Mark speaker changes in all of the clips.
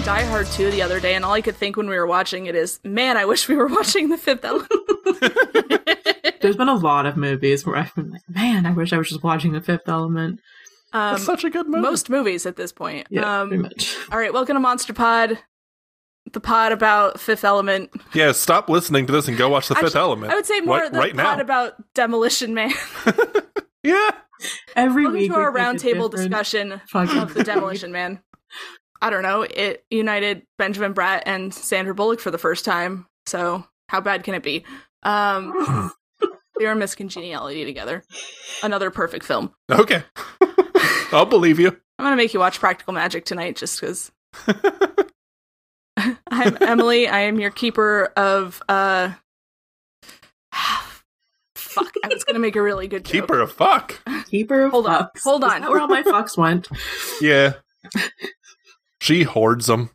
Speaker 1: 2 the other day, and all I could think when we were watching it is, man, I wish we were watching The Fifth Element.
Speaker 2: There's been a lot of movies where I've been like, man, I wish I was just watching The Fifth Element.
Speaker 1: Um,
Speaker 3: That's such a good movie.
Speaker 1: most movies at this point.
Speaker 2: Yeah, pretty
Speaker 1: um,
Speaker 2: much.
Speaker 1: all right, welcome to Monster Pod, the pod about Fifth Element.
Speaker 3: yeah, stop listening to this and go watch The Fifth
Speaker 1: Actually,
Speaker 3: Element.
Speaker 1: I would say more
Speaker 3: right,
Speaker 1: the
Speaker 3: right
Speaker 1: pod
Speaker 3: now.
Speaker 1: about Demolition Man.
Speaker 3: yeah,
Speaker 2: Every
Speaker 1: welcome
Speaker 2: week
Speaker 1: to
Speaker 2: we
Speaker 1: our
Speaker 2: pick a
Speaker 1: roundtable
Speaker 2: different
Speaker 1: discussion
Speaker 2: fucking
Speaker 1: of the Demolition Man. I don't know. It united Benjamin Bratt and Sandra Bullock for the first time. So how bad can it be? Um,
Speaker 2: movie.
Speaker 1: they are Miss Congeniality together. Another perfect film.
Speaker 3: okay, I'll believe you.
Speaker 1: I'm gonna make you watch Practical Magic tonight, just because. I'm Emily. I am your keeper of. uh Fuck! I was gonna make a really good joke.
Speaker 3: Keeper of fuck.
Speaker 2: Keeper of
Speaker 1: Hold on,
Speaker 2: Fucks.
Speaker 1: hold
Speaker 2: Is
Speaker 1: on.
Speaker 2: that where all my fucks went.
Speaker 3: Yeah, she hoards them.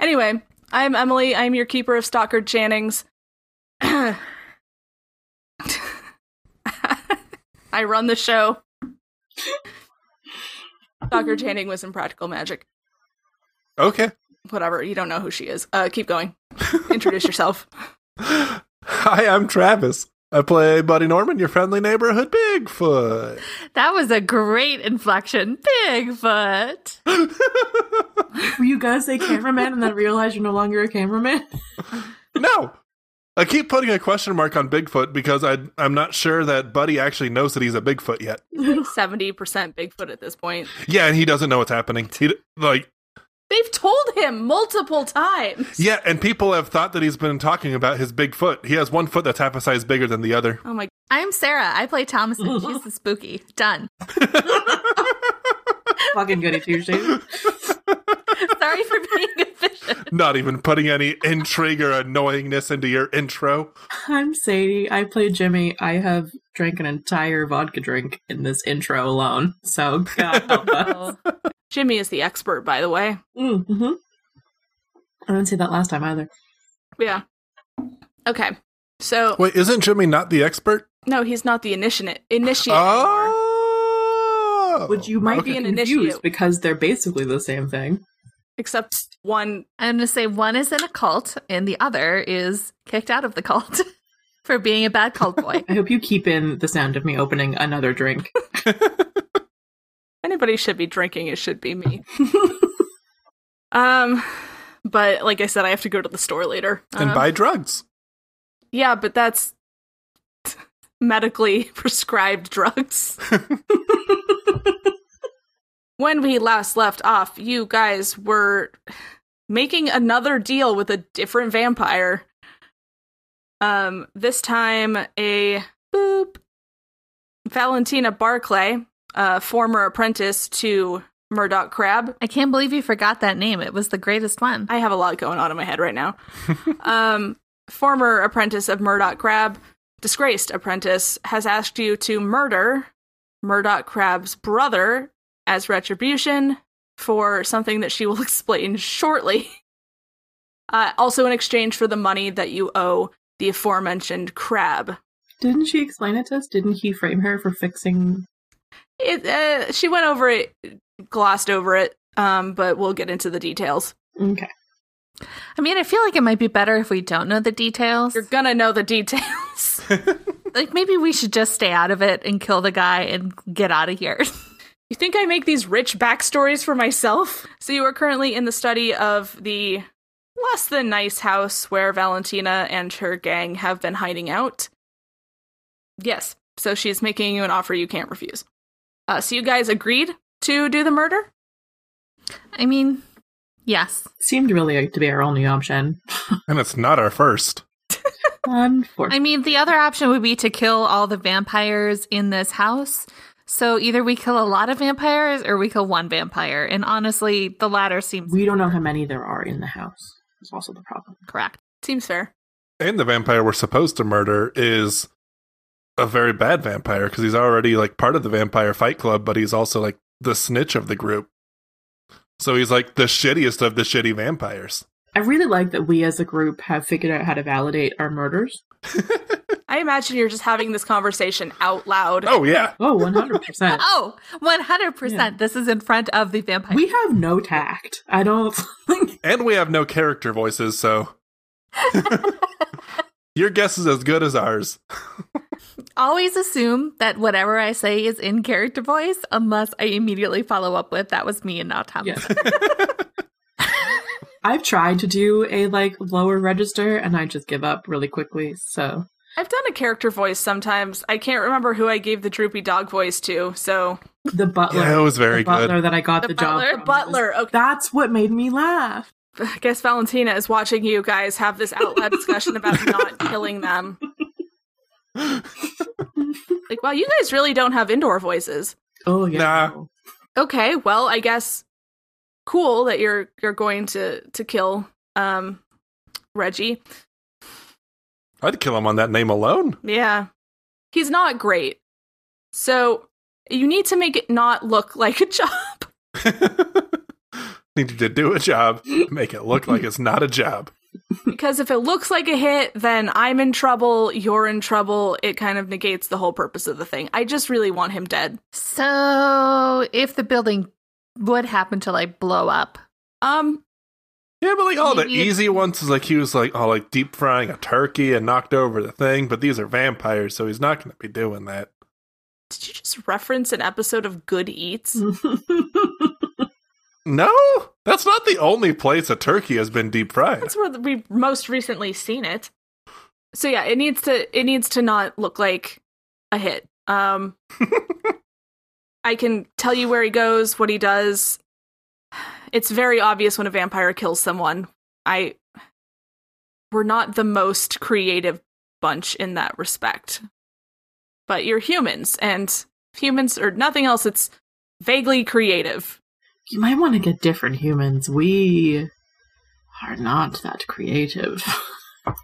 Speaker 1: Anyway, I'm Emily. I'm your keeper of Stockard Channings. I run the show. Stockard Channing was in Practical Magic.
Speaker 3: Okay.
Speaker 1: Whatever. You don't know who she is. Uh, keep going. Introduce yourself.
Speaker 3: Hi, I'm Travis. I play Buddy Norman, your friendly neighborhood Bigfoot.
Speaker 4: That was a great inflection. Bigfoot.
Speaker 2: Were you gonna say cameraman and then realize you're no longer a cameraman?
Speaker 3: No. I keep putting a question mark on Bigfoot because I I'm not sure that Buddy actually knows that he's a Bigfoot yet.
Speaker 1: Seventy percent Bigfoot at this point.
Speaker 3: Yeah, and he doesn't know what's happening. He d- like
Speaker 1: They've told him multiple times.
Speaker 3: yeah, and people have thought that he's been talking about his big foot. He has one foot that's half a size bigger than the other.
Speaker 1: Oh my!
Speaker 4: I'm Sarah. I play Thomason. She's the spooky. Done.
Speaker 2: Fucking goody two shoes.
Speaker 4: Sorry for being efficient.
Speaker 3: Not even putting any intrigue or annoyingness into your intro.
Speaker 2: I'm Sadie. I play Jimmy. I have drank an entire vodka drink in this intro alone. So God help us.
Speaker 1: Jimmy is the expert, by the way.
Speaker 2: Mm-hmm. I didn't say that last time either.
Speaker 1: Yeah. Okay. So
Speaker 3: Wait, isn't Jimmy not the expert?
Speaker 1: no, he's not the initiate. Initiate. anymore.
Speaker 3: Oh,
Speaker 2: Which you might
Speaker 3: okay.
Speaker 2: be
Speaker 1: An
Speaker 2: confused
Speaker 1: initiate.
Speaker 2: because they're basically the same thing.
Speaker 1: except one
Speaker 4: I'm going to say one is in a cult and the other is kicked out of the cult for being a bad cult boy.
Speaker 2: I hope you keep in the sound of me opening another drink.
Speaker 1: anybody should be drinking it should be me um but like i said i have to go to the store later
Speaker 3: and
Speaker 1: Um,
Speaker 2: uh-huh.
Speaker 3: buy drugs.
Speaker 1: yeah but that's medically prescribed drugs when we last left off you guys were making another deal with a different vampire um this time a boop valentina barclay a former apprentice to murdoch crab
Speaker 4: I can't believe you forgot that name. It was the greatest one.
Speaker 1: I have a lot going on in my head right now. um, former apprentice of Murdoch Crab, disgraced apprentice, has asked you to murder Murdoch Crab's brother as retribution for something that she will explain shortly. Uh, also, in exchange for the money that you owe the aforementioned crab.
Speaker 2: Didn't she explain it to us? Didn't he frame her for fixing?
Speaker 1: It, uh, she went over it, glossed over it, um, but we'll get into the details.
Speaker 2: Okay.
Speaker 4: I mean, I feel like it might be better if we don't know the details.
Speaker 1: You're gonna know the details.
Speaker 4: Like, maybe we should just stay out of it and kill the guy and get out of here.
Speaker 1: You think I make these rich backstories for myself? So you are currently in the study of the less than nice house where Valentina and her gang have been hiding out. Yes. So she's making you an offer you can't refuse. Uh, so you guys agreed to do the murder?
Speaker 4: I mean, yes.
Speaker 2: Seemed really to be our only option.
Speaker 3: And it's not our first.
Speaker 2: Unfortunately.
Speaker 4: I mean, the other option would be to kill all the vampires in this house. So either we kill a lot of vampires or we kill one vampire. And honestly, the latter seems
Speaker 2: We don't know how many there are in the house. That's also the problem.
Speaker 4: correct.
Speaker 1: Seems fair.
Speaker 3: And the vampire we're supposed to murder is a very bad vampire because he's already like part of the vampire fight club, but he's also like the snitch of the group. So he's like the shittiest of the shitty vampires.
Speaker 2: I really like that we as a group have figured out how to validate our murders.
Speaker 1: I imagine you're just having this conversation out loud.
Speaker 3: Oh yeah.
Speaker 2: Oh, 100%.
Speaker 4: Oh, 100%.
Speaker 2: Yeah.
Speaker 4: This is in front of the vampire.
Speaker 2: we have no tact. I don't think.
Speaker 3: And we have no character voices, so your guess is as good as ours.
Speaker 4: Always assume that whatever I say is in character voice unless I immediately follow up with that was me and not Thomas.
Speaker 2: Yes. I've tried to do a like lower register and I just give up really quickly. So
Speaker 1: I've done a character voice sometimes. I can't remember who I gave the droopy dog voice to, so
Speaker 2: the butler.
Speaker 3: Yeah, it was very
Speaker 2: the butler
Speaker 3: good.
Speaker 2: that I got
Speaker 4: The
Speaker 2: the, job.
Speaker 4: butler?
Speaker 2: from
Speaker 4: The
Speaker 1: Butler.
Speaker 2: was-
Speaker 1: Okay.
Speaker 2: That's what made me laugh.
Speaker 1: I guess Valentina is watching you guys have this out loud discussion about not killing them. Like, wow, you guys really don't have indoor voices.
Speaker 2: Oh yeah.
Speaker 3: Nah.
Speaker 1: Okay, well, I guess cool that you're you're going to to kill um Reggie.
Speaker 3: I'd kill him on that name alone.
Speaker 1: Yeah. He's not great. So you need to make it not look like a job.
Speaker 3: Need you to do a job, make it look like it's not a job.
Speaker 1: Because if it looks like a hit, then I'm in trouble, you're in trouble. It kind of negates the whole purpose of the thing. I just really want him dead.
Speaker 4: So, if the building would happen to like blow up,
Speaker 1: Um,
Speaker 3: Yeah, but like all the
Speaker 4: Maybe it-
Speaker 3: easy ones is like he was like all like deep frying a turkey and knocked over the thing, but these are vampires, so he's not going to be doing that.
Speaker 1: did you just reference an episode of Good
Speaker 2: Mm-hmm.
Speaker 1: Eats?
Speaker 3: No, that's not the only place a turkey has been deep fried.
Speaker 1: That's where we most recently seen it. So yeah, it needs to it needs to not look like a hit. Um I can tell you where he goes, what he does. It's very obvious when a vampire kills someone. I we're not the most creative bunch in that respect. But you're humans and humans or nothing else it's vaguely creative.
Speaker 2: you might want to get different humans. We are not that creative.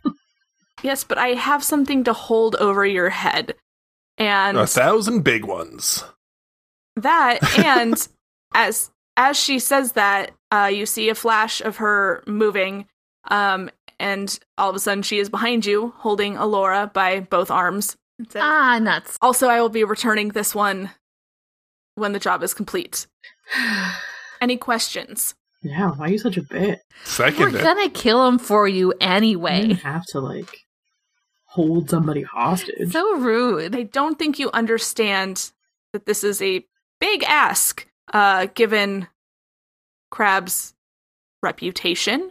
Speaker 1: Yes, but I have something to hold over your head. And
Speaker 3: A thousand big ones.
Speaker 1: that and as as she says that uh you see a flash of her moving um and all of a sudden she is behind you holding Alora by both arms Um,
Speaker 4: ah, nuts.
Speaker 1: also i will be returning this one when the job is complete any questions
Speaker 2: yeah, why are you such a bitch?
Speaker 4: We're
Speaker 3: Second,
Speaker 4: gonna kill him for you
Speaker 2: You didn't
Speaker 4: anyway.
Speaker 2: have to like hold somebody hostage.
Speaker 4: So rude.
Speaker 1: i don't think you understand that this is a big ask uh given crab's reputation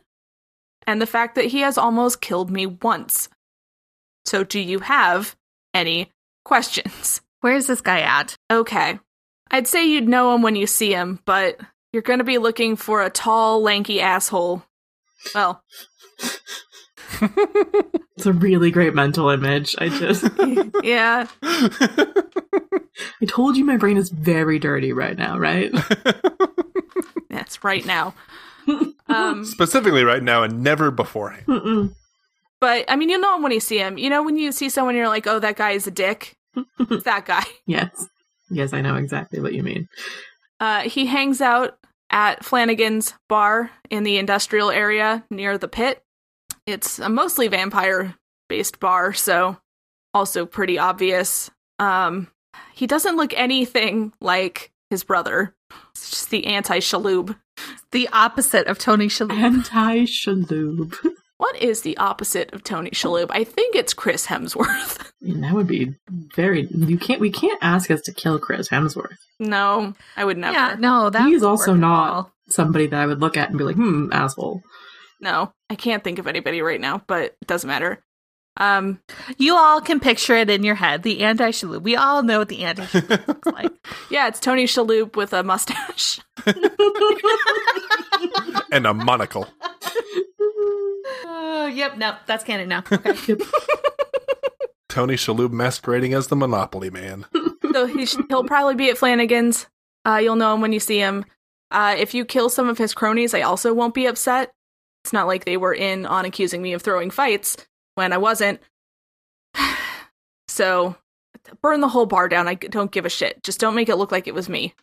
Speaker 1: and the fact that he has almost killed me once. So, do you have any questions?
Speaker 4: Where's this guy at?
Speaker 1: Okay. I'd say you'd know him when you see him, but you're going to be looking for a tall, lanky asshole. Well,
Speaker 2: it's a really great mental image. I just
Speaker 1: yeah.
Speaker 2: I told you my brain is very dirty right now, right?
Speaker 1: That's right now. Um,
Speaker 3: specifically right now and never beforehand.
Speaker 2: Mm-mm.
Speaker 1: but I mean, you'll know him when you see him. You know, when you see someone, you're like, "Oh, that guy is a dick." It's that guy.
Speaker 2: yes. Yes, I know exactly what you mean.
Speaker 1: Uh, he hangs out at Flanagan's bar in the industrial area near the pit. It's a mostly vampire based bar, so also pretty obvious. Um, he doesn't look anything like his brother. It's just the anti Shaloub.
Speaker 4: The opposite of Tony Shalhoub.
Speaker 2: Anti Shaloub.
Speaker 1: What is the opposite of Tony Shaloub? I think it's Chris Hemsworth.
Speaker 2: And that would be very you can't we can't ask us to kill Chris Hemsworth.
Speaker 1: no, I would never.
Speaker 4: Yeah, no, that
Speaker 2: He's
Speaker 4: wouldn't
Speaker 2: also
Speaker 4: work at
Speaker 2: not
Speaker 4: all.
Speaker 2: somebody that I would look at and be like, hmm, asshole.
Speaker 1: No, I can't think of anybody right now, but it doesn't matter. Um,
Speaker 4: You all can picture it in your head. The anti Shalhoub. We all know what the anti Shalhoub looks like.
Speaker 1: yeah, it's Tony Shaloub with a mustache.
Speaker 3: and a monocle.
Speaker 4: Oh, yep. No, that's canon now. Okay.
Speaker 3: Tony Shalhoub masquerading as the Monopoly Man.
Speaker 1: so he sh- he'll probably be at Flanagan's. Uh, you'll know him when you see him. Uh, if you kill some of his cronies, I also won't be upset. It's not like they were in on accusing me of throwing fights when I wasn't. so burn the whole bar down. I g- don't give a shit. Just don't make it look like it was me.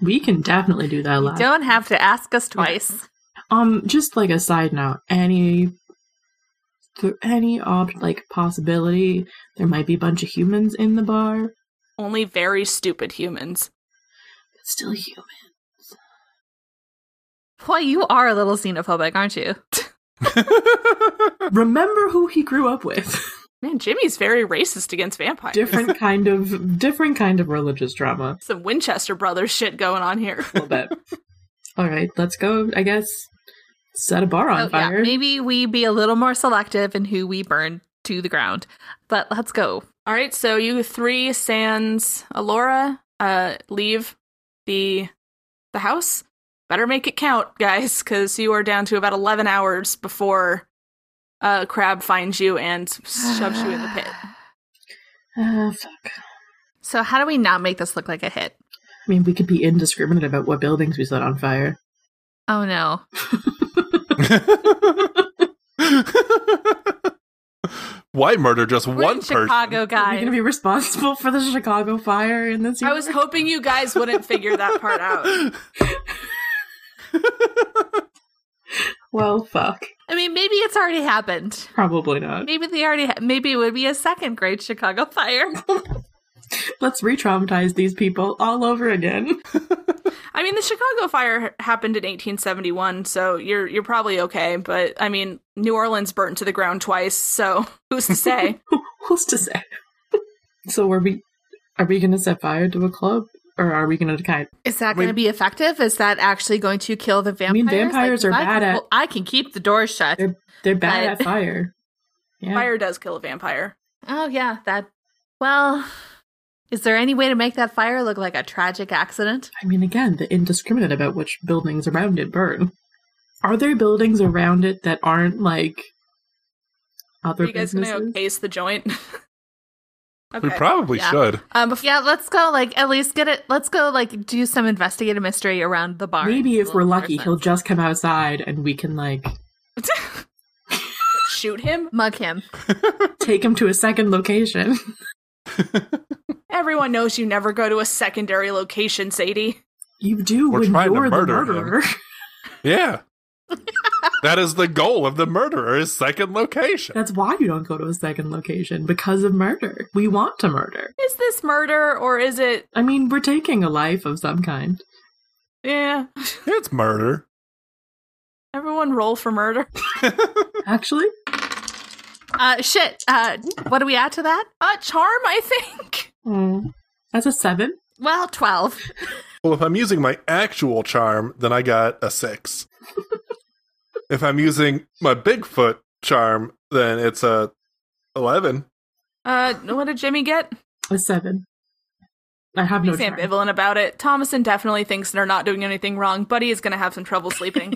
Speaker 2: We can definitely do that
Speaker 4: you
Speaker 2: live.
Speaker 4: don't have to ask us twice.
Speaker 2: Um, just like a side note, any through any ob- like possibility there might be a bunch of humans in the bar?
Speaker 1: Only very stupid humans.
Speaker 2: But still human.
Speaker 4: Why, you are a little xenophobic, aren't you?
Speaker 2: Remember who he grew up with.
Speaker 1: Man, Jimmy's very racist against vampires.
Speaker 2: different kind of different kind of religious drama.
Speaker 1: Some Winchester Brothers shit going on here.
Speaker 2: A little bit. All right, let's go. I guess set a bar on
Speaker 4: Oh, yeah.
Speaker 2: fire.
Speaker 4: Maybe we be a little more selective in who we burn to the ground. But let's go.
Speaker 1: All right, so you three sans Alora uh, leave the the house. Better make it count, guys, because you are down to about eleven hours before uh, Crab finds you and shoves you in the pit.
Speaker 2: Ah, fuck.
Speaker 4: So, how do we not make this look like a hit?
Speaker 2: I mean, we could be indiscriminate about what buildings we set on fire.
Speaker 4: Oh no.
Speaker 3: Why murder just
Speaker 4: We're
Speaker 3: one
Speaker 4: in
Speaker 3: person?
Speaker 4: Chicago
Speaker 2: Are we
Speaker 4: guy.
Speaker 2: going to be responsible for the Chicago fire in this year?
Speaker 1: I was hoping you guys wouldn't figure that part out.
Speaker 2: well, fuck.
Speaker 4: I mean, maybe it's already happened.
Speaker 2: Probably not.
Speaker 4: Maybe they already. Ha- maybe it would be a second grade Chicago fire.
Speaker 2: Let's re traumatize these people all over again.
Speaker 1: I mean, the Chicago fire ha- happened in 1871, so you're you're probably okay. But I mean, New Orleans burnt to the ground twice, so who's to say?
Speaker 2: Who's to say? so, are we, are we going to set fire to a club? Or are we going to kind
Speaker 4: Is that
Speaker 3: Wait.
Speaker 4: going to be effective? Is that actually going to kill the vampires?
Speaker 2: mean, vampires
Speaker 4: if
Speaker 2: are
Speaker 4: I
Speaker 2: bad
Speaker 4: can,
Speaker 2: at-
Speaker 4: well, I can keep the door shut.
Speaker 2: They're- They're bad at
Speaker 4: But-
Speaker 2: fire. Yeah.
Speaker 1: Fire does kill a vampire.
Speaker 4: Oh yeah, that. Well, is there any way to make that fire look like a tragic accident?
Speaker 2: I mean, again, the indiscriminate about which buildings around it burn. Are there buildings around it that aren't like other
Speaker 1: Are you guys
Speaker 2: businesses?
Speaker 1: gonna go case the joint? okay.
Speaker 3: We probably
Speaker 4: Yeah.
Speaker 3: should.
Speaker 1: um, bef-
Speaker 4: Yeah, let's go. Like at least get it. Let's go. Like do some investigative mystery around the bar.
Speaker 2: Maybe if we're lucky, he'll
Speaker 4: just
Speaker 2: just come outside and we can like
Speaker 1: shoot him.
Speaker 4: mug him.
Speaker 2: take him to a second location.
Speaker 1: Everyone knows you never go to a secondary location, Sadie.
Speaker 2: You do
Speaker 3: We're
Speaker 2: when
Speaker 3: trying to
Speaker 2: you're the
Speaker 3: murder him.
Speaker 2: murderer.
Speaker 3: Yeah. that is the goal of the murderer is second location.
Speaker 2: That's why you don't go to a second location because of murder. We want to murder.
Speaker 1: Is this murder or is it?
Speaker 2: I mean, we're taking a life of some kind.
Speaker 1: Yeah.
Speaker 3: It's murder.
Speaker 1: Everyone roll for murder.
Speaker 2: Actually,
Speaker 4: Uh, shit. Uh, what do we add to that?
Speaker 1: Uh, charm, I think.
Speaker 2: Hmm. that's a seven.
Speaker 4: Well, twelve.
Speaker 3: Well, if I'm using my actual charm, then I got a six. if I'm using my Bigfoot charm, then it's a eleven.
Speaker 1: Uh, what did Jimmy get?
Speaker 2: A seven. I have no
Speaker 1: He's
Speaker 2: charm.
Speaker 1: ambivalent about it. Thomason definitely thinks they're not doing anything wrong. Buddy is going to have some trouble sleeping.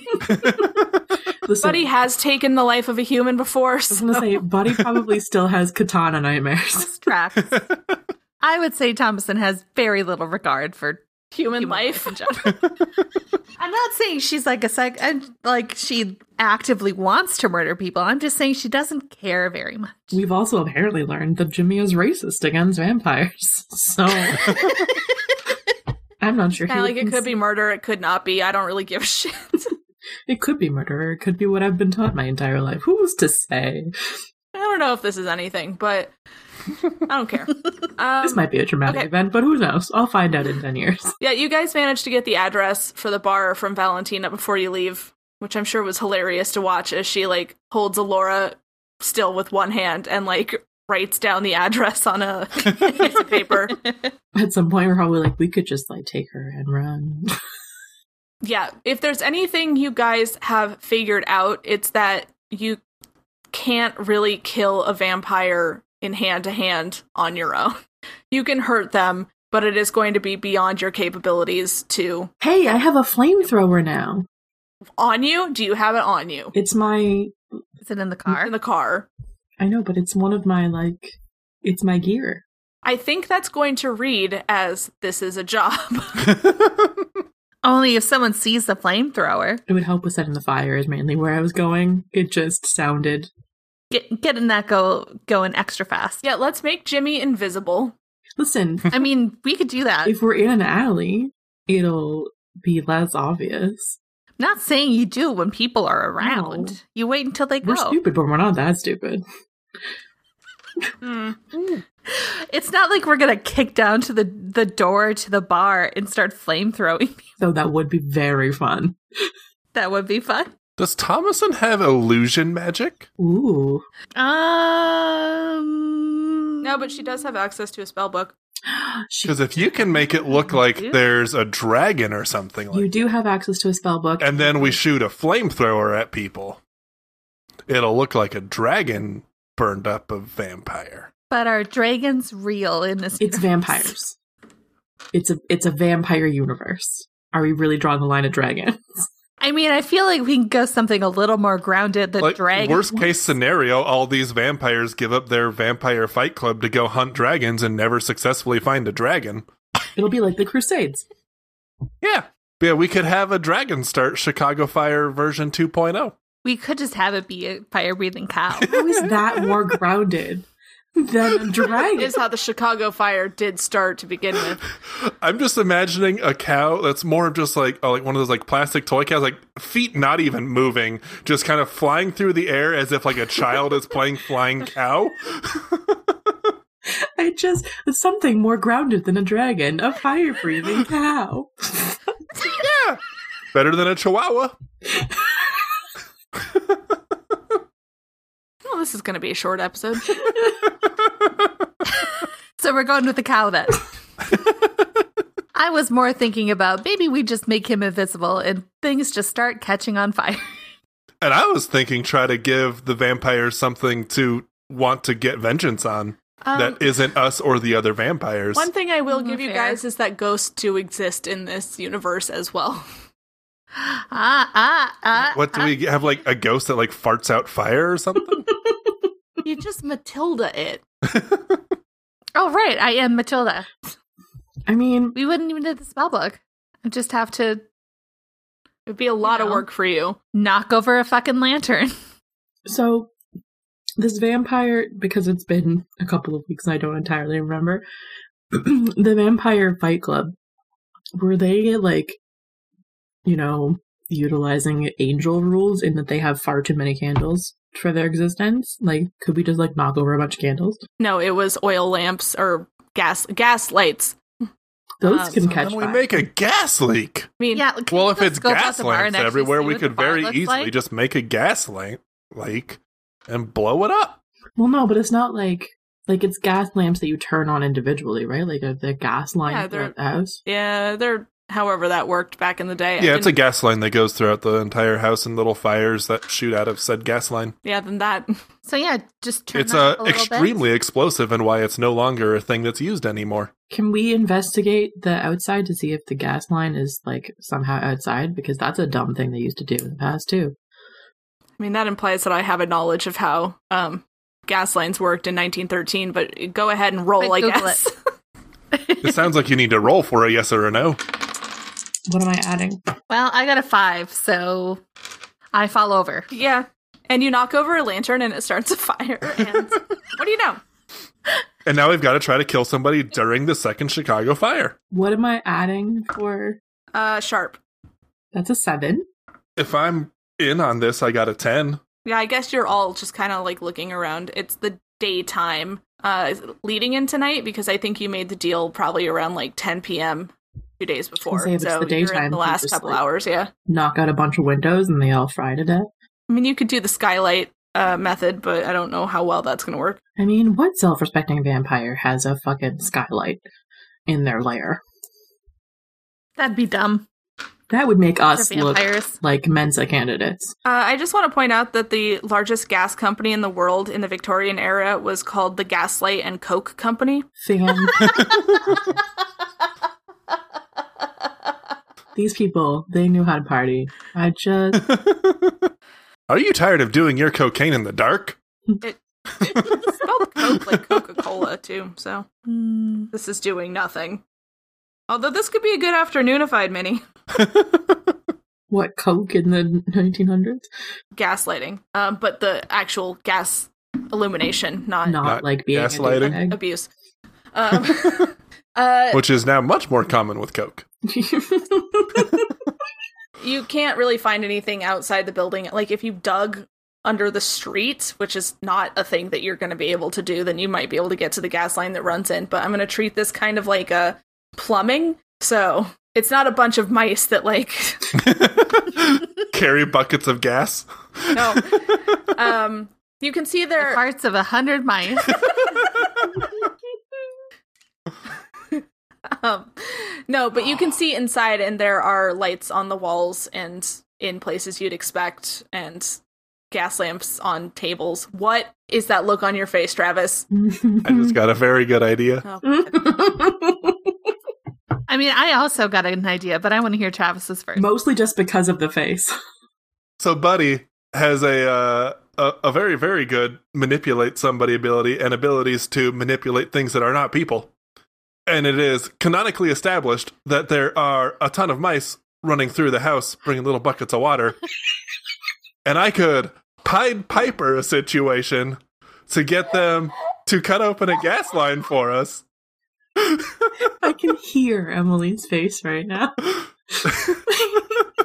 Speaker 2: Listen,
Speaker 1: Buddy has taken the life of a human before.
Speaker 2: I was
Speaker 1: So.
Speaker 2: gonna say, Buddy probably still has katana nightmares.
Speaker 4: This tracks. I would say Thomason has very little regard for
Speaker 1: Human,
Speaker 4: human
Speaker 1: life.
Speaker 4: in general. I'm not saying she's like a psych, and like she actively wants to murder people. I'm just saying she doesn't care very much.
Speaker 2: We've also apparently learned that Jimmy is racist against vampires, so I'm not sure.
Speaker 1: Kind of like it
Speaker 2: would
Speaker 1: could be murder, it could not be. I don't really give a shit.
Speaker 2: cons- It could be murderer. It could be what I've been taught my entire life. Who's to say?
Speaker 1: I don't know if this is anything, but I don't care.
Speaker 2: This
Speaker 1: Um,
Speaker 2: might be a traumatic
Speaker 1: okay.
Speaker 2: event, but who knows? I'll find out in ten years.
Speaker 1: yeah, you guys managed to get the address for the bar from Valentina before you leave, which I'm sure was hilarious to watch as she like holds Alora still with one hand and like writes down the address on a piece of paper.
Speaker 2: At some point, we're probably like, we could just like take her and run.
Speaker 1: Yeah, if there's anything you guys have figured out, it's that you can't really kill a vampire in hand to hand on your own. You can hurt them, but it is going to be beyond your capabilities to
Speaker 2: hey, I have a flamethrower now.
Speaker 1: on you. Do you have it on you?
Speaker 2: It's my.
Speaker 4: Is it in the car?
Speaker 1: In the car.
Speaker 2: I know, but it's one of my like. It's my gear.
Speaker 1: I think that's going to read as this is a job.
Speaker 4: Only if someone sees the flamethrower.
Speaker 2: It would help with setting the fire is mainly where I was going. It just sounded.
Speaker 4: Get getting that go going extra fast.
Speaker 1: yeah, let's make Jimmy invisible.
Speaker 2: Listen,
Speaker 4: I mean, we could do that.
Speaker 2: if we're in an alley, it'll be less obvious.
Speaker 4: Not saying you do when people are around.
Speaker 2: No.
Speaker 4: You wait until they
Speaker 2: We're
Speaker 4: go.
Speaker 2: stupid, but we're not that stupid.
Speaker 4: It's not like we're gonna kick down to the the door to the bar and start flamethrowing.
Speaker 2: So that would be very fun.
Speaker 4: That would be fun.
Speaker 3: Does Thomason have illusion magic?
Speaker 2: Ooh.
Speaker 4: Um.
Speaker 1: No, but she does have access to a spell book.
Speaker 2: She,
Speaker 3: Because if you can make it look like
Speaker 4: Yeah.
Speaker 3: there's a dragon or something like
Speaker 2: you do have access to a spell book.
Speaker 3: and then we shoot a flamethrower at people, it'll look like a dragon burned up a vampire.
Speaker 4: But are dragons real in this?
Speaker 2: It's vampires. It's a it's a vampire universe. Are we really drawing the line at dragons?
Speaker 4: I mean, I feel like we can go something a little more grounded than
Speaker 3: like
Speaker 4: dragons.
Speaker 3: worst case scenario, all these vampires give up their vampire fight club to go hunt dragons and never successfully find a dragon.
Speaker 2: It'll be like the Crusades.
Speaker 3: Yeah. Yeah, we could have a dragon start Chicago Fire version oh. 2.0.
Speaker 4: we could just have it be a fire breathing cow.
Speaker 2: How is that more grounded than a
Speaker 1: It
Speaker 2: dragon?
Speaker 1: is how the Chicago fire did start to begin with.
Speaker 3: I'm just imagining a cow that's more of just like oh, like one of those like plastic toy cows, like feet not even moving, just kind of flying through the air as if like a child is playing flying cow.
Speaker 2: I just it's something more grounded than a dragon, a fire breathing cow.
Speaker 3: Yeah, better than a chihuahua.
Speaker 1: Well, this is going to be a short episode.
Speaker 4: so we're going with the cow then. I was more thinking about maybe we just make him invisible and things just start catching on fire.
Speaker 3: And I was thinking try to give the vampires something to want to get vengeance on
Speaker 4: Um,
Speaker 3: that isn't us or the other vampires.
Speaker 1: One thing I will
Speaker 4: Mm,
Speaker 1: give you
Speaker 4: fair.
Speaker 1: guys is that ghosts do exist in this universe as well.
Speaker 4: ah, ah, ah,
Speaker 3: what do we have like a ghost that like farts out fire or something?
Speaker 1: You just Matilda it.
Speaker 4: Oh, right. I am Matilda.
Speaker 2: I mean,
Speaker 4: We wouldn't even do the spell book. I just have to
Speaker 1: It would be a lot
Speaker 4: You
Speaker 1: of
Speaker 4: know.
Speaker 1: work for you.
Speaker 4: knock over a fucking lantern.
Speaker 2: So this vampire, because it's been a couple of weeks, and I don't entirely remember. the Vampire Fight Club, were they like, you know, utilizing angel rules in that they have far too many candles for their existence? Like, could we just like knock over a bunch of candles?
Speaker 1: No, it was oil lamps or gas gas lights.
Speaker 2: Those
Speaker 1: Um,
Speaker 2: can
Speaker 1: so
Speaker 2: catch
Speaker 3: Ah, Then we
Speaker 2: fire.
Speaker 3: make a gas leak.
Speaker 1: I mean,
Speaker 4: Yeah. can we
Speaker 3: Well, if
Speaker 4: just
Speaker 3: it's
Speaker 4: go about
Speaker 3: gas
Speaker 4: the bar
Speaker 3: lamps
Speaker 4: and actually
Speaker 3: everywhere,
Speaker 4: see
Speaker 3: we
Speaker 4: what the
Speaker 3: could
Speaker 4: bar
Speaker 3: very
Speaker 4: looks
Speaker 3: easily
Speaker 4: like?
Speaker 3: just make a gas lamp leak and blow it up.
Speaker 2: well, no, but it's not like like it's gas lamps that you turn on individually, right? Like a, the gas line
Speaker 1: Yeah,
Speaker 2: throughout the house.
Speaker 1: yeah, they're however that worked back in the day. I
Speaker 3: Yeah, it's a
Speaker 1: didn't-
Speaker 3: gas line that goes throughout the entire house and little fires that shoot out of said gas line.
Speaker 1: yeah, then that.
Speaker 4: So, yeah, just turn
Speaker 3: it's
Speaker 4: that
Speaker 3: uh,
Speaker 4: up a little bit.
Speaker 3: extremely explosive and why it's no longer a thing that's used anymore.
Speaker 2: Can we investigate the outside to see if the gas line is like somehow outside? Because that's a dumb thing they used to do in the past too.
Speaker 1: I mean, that implies that I have a knowledge of how um, gas lines worked in 1913. But go ahead and roll, I,
Speaker 4: Wait, Google
Speaker 1: guess.
Speaker 4: it.
Speaker 3: It sounds like you need to roll for a yes or a no.
Speaker 2: What am I adding?
Speaker 4: Well, I got a five, so I fall over.
Speaker 1: yeah, and you knock over a lantern and it starts a fire. And what do you know?
Speaker 3: And now we've got to try to kill somebody during the second Chicago fire.
Speaker 2: What am I adding for?
Speaker 1: Uh, sharp.
Speaker 2: That's a seven.
Speaker 3: If I'm in on this, I got a 10.
Speaker 1: Yeah, I guess you're all just kind of like looking around. It's the daytime uh, leading into night because I think you made the deal probably around like 10 p.m. two days before.
Speaker 2: say, if it's
Speaker 1: so
Speaker 2: the
Speaker 1: you're
Speaker 2: daytime,
Speaker 1: in the
Speaker 2: you
Speaker 1: last
Speaker 2: just,
Speaker 1: couple
Speaker 2: like-
Speaker 1: hours. Yeah,
Speaker 2: Knock out a bunch of windows and they all fry to death.
Speaker 1: I mean you could do the skylight uh, method, but I don't know how well that's going to work.
Speaker 2: I mean, what self-respecting vampire has a fucking skylight in their lair?
Speaker 4: That'd be dumb
Speaker 2: That would make us
Speaker 4: for
Speaker 2: look
Speaker 4: vampires.
Speaker 2: like Mensa candidates.
Speaker 1: Uh, I just want to point out that the largest gas company in the world in the Victorian era was called the Gaslight and Coke Company.
Speaker 2: Fan. These people, they knew how to party. I just
Speaker 3: Are you tired of doing your cocaine in the dark?
Speaker 1: It's spelled Coke like Coca Cola too. So
Speaker 4: Mm.
Speaker 1: this is doing nothing. Although this could be a good afternoonified mini.
Speaker 2: what coke in the 1900s
Speaker 1: gaslighting, um, but the actual gas illumination, not,
Speaker 2: not,
Speaker 3: Not
Speaker 2: like being a
Speaker 3: gaslighting.
Speaker 2: douchebag.
Speaker 1: abuse. Um, uh,
Speaker 3: Which is now much more common with Coke.
Speaker 1: you can't really find anything outside the building. Like if you dug under the street, which is not a thing that you're going to be able to do, then you might be able to get to the gas line that runs in. But I'm going to treat this kind of like a plumbing. So it's not a bunch of mice that like
Speaker 3: Carry buckets of gas.
Speaker 1: no. Um, you can see
Speaker 4: The
Speaker 1: there.
Speaker 4: hearts of a hundred mice.
Speaker 1: Um, no, but you can see inside, and there are lights on the walls and in places you'd expect, and gas lamps on tables. What is that look on your face, Travis?
Speaker 3: I just got a very good idea.
Speaker 1: Oh,
Speaker 4: I mean, I also got an idea, but I want to hear Travis's first.
Speaker 2: Mostly just because of the face.
Speaker 3: So Buddy has a uh, a, a very very good manipulate somebody ability and abilities to manipulate things that are not people. And it is canonically established that there are a ton of mice running through the house, bringing little buckets of water. and I could Pied Piper a situation to get them to cut open a gas line for us.
Speaker 2: I can hear Emily's face right now.
Speaker 4: I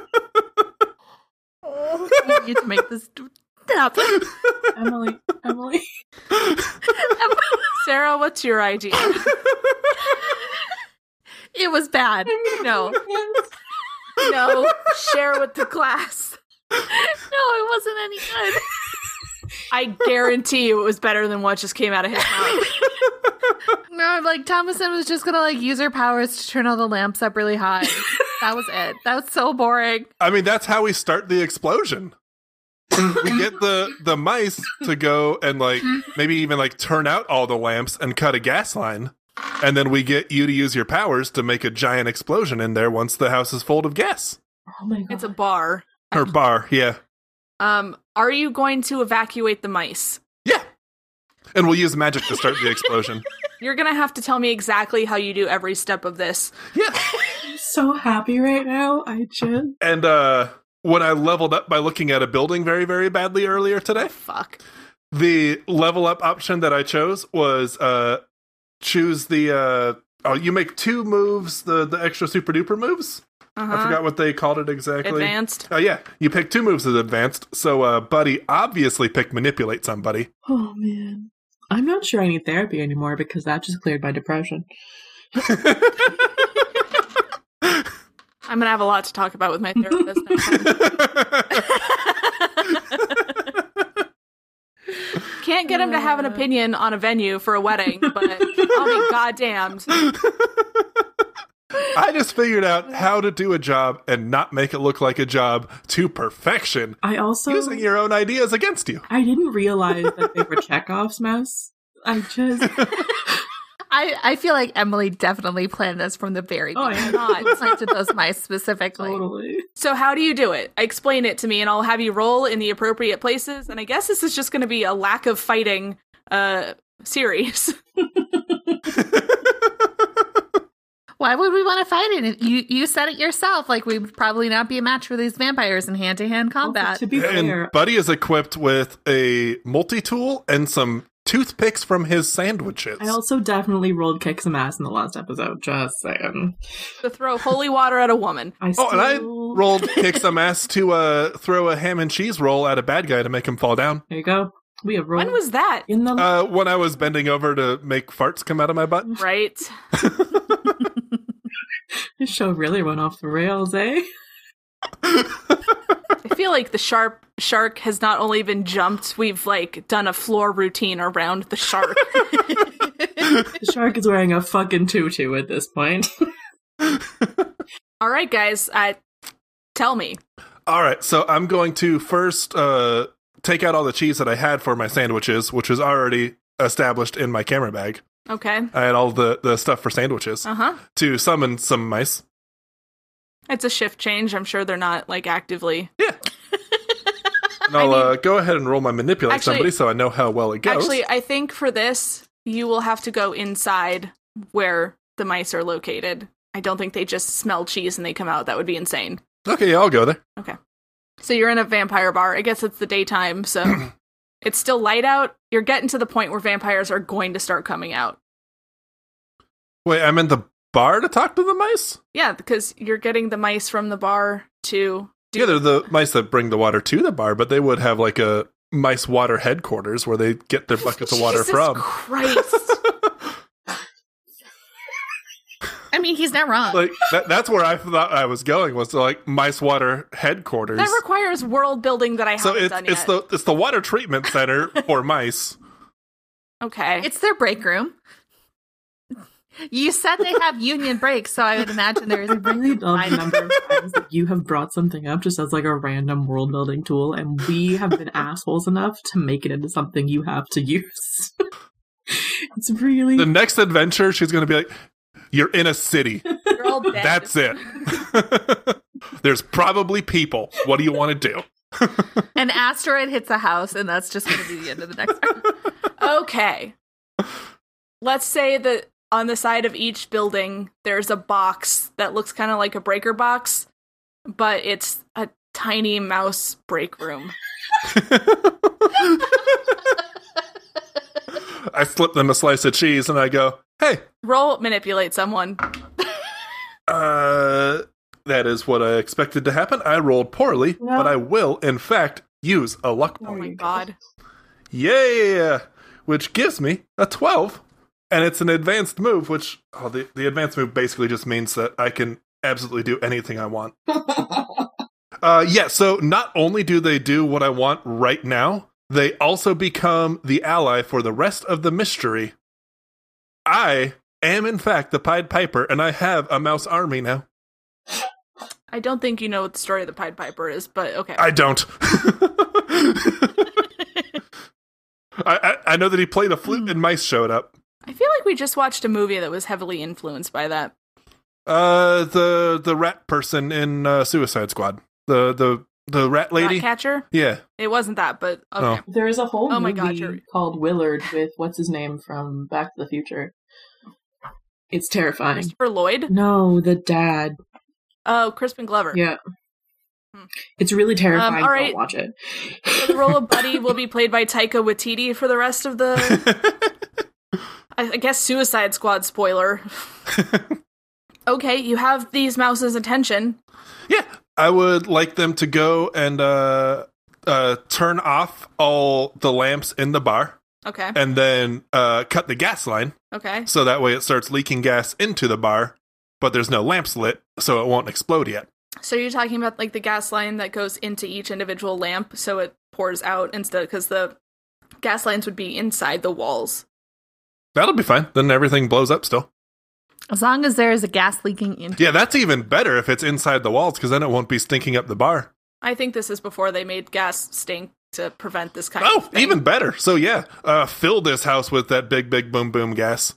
Speaker 4: need you to make this stop.
Speaker 2: Emily, Emily.
Speaker 1: Sarah, what's your idea?
Speaker 4: It was bad. No,
Speaker 1: No, share with the class.
Speaker 4: no, it wasn't any good.
Speaker 1: I guarantee you it was better than what just came out of his mouth.
Speaker 4: No, like Thomason was just gonna like use her powers to turn all the lamps up really high. That was it. That was so boring.
Speaker 3: I mean, that's how we start the explosion. we get the the mice to go and like maybe even like turn out all the lamps and cut a gas line, and then we get you to use your powers to make a giant explosion in there once the house is full of gas
Speaker 2: Oh my god.
Speaker 1: It's a bar.
Speaker 3: or bar. Yeah,
Speaker 1: Um, are you going to evacuate the mice?
Speaker 3: yeah. And we'll use magic to start the explosion.
Speaker 1: You're gonna have to tell me exactly how you do every step of this.
Speaker 3: Yeah.
Speaker 2: I'm so happy right now. I just
Speaker 3: And uh when I leveled up by looking at a building very very badly earlier today,
Speaker 1: Fuck.
Speaker 3: the level up option that I chose was uh choose the uh oh you make two moves the the extra super duper moves
Speaker 1: Uh-huh.
Speaker 3: I forgot what they called it exactly
Speaker 1: Advanced.
Speaker 3: oh yeah you pick two moves as advanced so uh buddy obviously picked manipulate somebody
Speaker 2: Oh man. I'm not sure I need therapy anymore because that just cleared my depression.
Speaker 1: I'm gonna have a lot to talk about with my therapist. next time. Can't get him to have an opinion on a venue for a wedding, but I'll be goddamned.
Speaker 3: I just figured out how to do a job and not make it look like a job to perfection
Speaker 2: I also
Speaker 3: using your own ideas against you
Speaker 2: I didn't realize that they were Chekhov's mouse. I just
Speaker 4: I, I feel like Emily definitely planned this from the very
Speaker 2: Oh,
Speaker 4: beginning.
Speaker 1: yeah.
Speaker 4: I planted those mice specifically.
Speaker 2: totally
Speaker 1: So how do you do it? Explain it to me, and I'll have you roll in the appropriate places. And I guess this is just gonna be a lack of fighting uh series.
Speaker 4: Why would we want to fight it? You you said it yourself. Like we would probably not be a match for these vampires in hand to hand
Speaker 2: Also,
Speaker 4: combat.
Speaker 2: To be fair,
Speaker 3: and Buddy is equipped with a multi tool and some toothpicks from his sandwiches.
Speaker 2: I also definitely rolled kick some ass in the last episode. Just saying.
Speaker 1: to throw holy water at a woman.
Speaker 2: I
Speaker 3: oh, and I
Speaker 2: still-
Speaker 3: rolled kick some ass to uh, throw a ham and cheese roll at a bad guy to make him fall down.
Speaker 2: There you go. We have rolled
Speaker 1: When was that?
Speaker 2: in the
Speaker 3: Uh, when I was bending over to make farts come out of my butt.
Speaker 1: Right.
Speaker 2: this show really went off the rails, eh?
Speaker 1: I feel like the sharp shark has not only been jumped, we've like done a floor routine around the shark.
Speaker 2: The shark is wearing a fucking tutu at this point.
Speaker 1: All right, guys, I tell me.
Speaker 3: All right, so I'm going to first uh, take out all the cheese that I had for my sandwiches, which was already established in my camera bag.
Speaker 1: Okay.
Speaker 3: I had all the, the stuff for sandwiches
Speaker 1: Uh huh.
Speaker 3: to summon some mice.
Speaker 1: It's a shift change. I'm sure they're not like actively.
Speaker 3: Yeah. and I'll uh, go ahead and roll my manipulate
Speaker 1: Actually-
Speaker 3: somebody so I know how well it goes.
Speaker 1: Actually, I think for this, you will have to go inside where the mice are located. I don't think they just smell cheese and they come out. That would be insane.
Speaker 3: okay, yeah, I'll go there.
Speaker 1: So you're in a vampire bar. I guess it's the daytime, so it's still light out. You're getting to the point where vampires are going to start coming out.
Speaker 3: Wait, I'm in the bar to talk to the mice?
Speaker 1: Yeah, because you're getting the mice from the bar to do
Speaker 3: yeah, they're the mice that bring the water to the bar, but they would have like a mice water headquarters where they get their buckets of water
Speaker 1: Jesus
Speaker 3: from.
Speaker 1: Christ.
Speaker 4: I mean, he's not wrong.
Speaker 3: Like that, that's where I thought I was going was to like mice water headquarters.
Speaker 1: that requires world building that I haven't
Speaker 3: so it's
Speaker 1: done yet.
Speaker 3: it's the it's the water treatment center for mice.
Speaker 1: okay.
Speaker 4: it's their break room. You said they have union breaks, so I would imagine there is a break
Speaker 2: really
Speaker 4: room.
Speaker 2: love the number of times that you have brought something up just as like a random world building tool, and we have been assholes enough to make it into something you have to use. it's really
Speaker 3: The next adventure, she's going to be like, "You're in a city.
Speaker 1: You're all dead.
Speaker 3: That's it. There's probably people. What do you want to do?"
Speaker 4: An asteroid hits a house, and that's just going to be the end of the next round.
Speaker 1: Okay. Let's say that on the side of each building, there's a box that looks kind of like a breaker box, but it's a tiny mouse break room.
Speaker 3: I slip them a slice of cheese and I go, "Hey,
Speaker 1: Roll manipulate someone. Oh
Speaker 3: Uh, that is what I expected to happen. I rolled poorly,
Speaker 2: No.
Speaker 3: but I will, in fact, use a luck
Speaker 1: Oh
Speaker 3: point.
Speaker 1: my god.
Speaker 3: Yeah! Which gives me a 12. And it's an advanced move, which, oh, the, the advanced move basically just means that I can absolutely do anything I want. Uh, yeah, so not only do they do what I want right now, they also become the ally for the rest of the mystery. I am, in fact, the Pied Piper, and I have a mouse army now.
Speaker 1: I don't think you know what the story of the Pied Piper is, but okay.
Speaker 3: I don't. I, I I know that he played a flute and mice showed up.
Speaker 1: I feel like we just watched a movie that was heavily influenced by that.
Speaker 3: Uh, the the rat person in uh, Suicide Squad. The the the rat lady.
Speaker 1: Catcher?
Speaker 3: Yeah,
Speaker 1: It wasn't that, but okay.
Speaker 2: there is a whole
Speaker 1: Oh my
Speaker 2: movie
Speaker 1: God, you're-
Speaker 2: called Willard with what's his name from Back to the Future. It's terrifying.
Speaker 1: Christopher Lloyd?
Speaker 2: No, the dad.
Speaker 1: Oh, Crispin Glover.
Speaker 2: Yeah.
Speaker 1: Hmm.
Speaker 2: It's really terrifying.
Speaker 1: all right.
Speaker 2: Don't watch it.
Speaker 1: So the role of Buddy will be played by Taika Waititi for the rest of the, I, I guess, Suicide Squad spoiler. okay, you have these mouses' attention.
Speaker 3: yeah. I would like them to go and uh uh turn off all the lamps in the bar
Speaker 1: Okay,
Speaker 3: and then uh cut the gas line
Speaker 1: okay.
Speaker 3: so that way it starts leaking gas into the bar, but there's no lamps lit, so it won't explode yet.
Speaker 1: So you're talking about like the gas line that goes into each individual lamp, so it pours out instead because the gas lines would be inside the walls.
Speaker 3: That'll be fine. Then everything blows up still.
Speaker 4: As long as there is a gas leaking in.
Speaker 3: Yeah, that's even better if it's inside the walls because then it won't be stinking up the bar.
Speaker 1: I think this is before they made gas stink to prevent this kind of
Speaker 3: Oh,
Speaker 1: thing.
Speaker 3: even better. So yeah, uh, fill this house with that big, big boom, boom gas.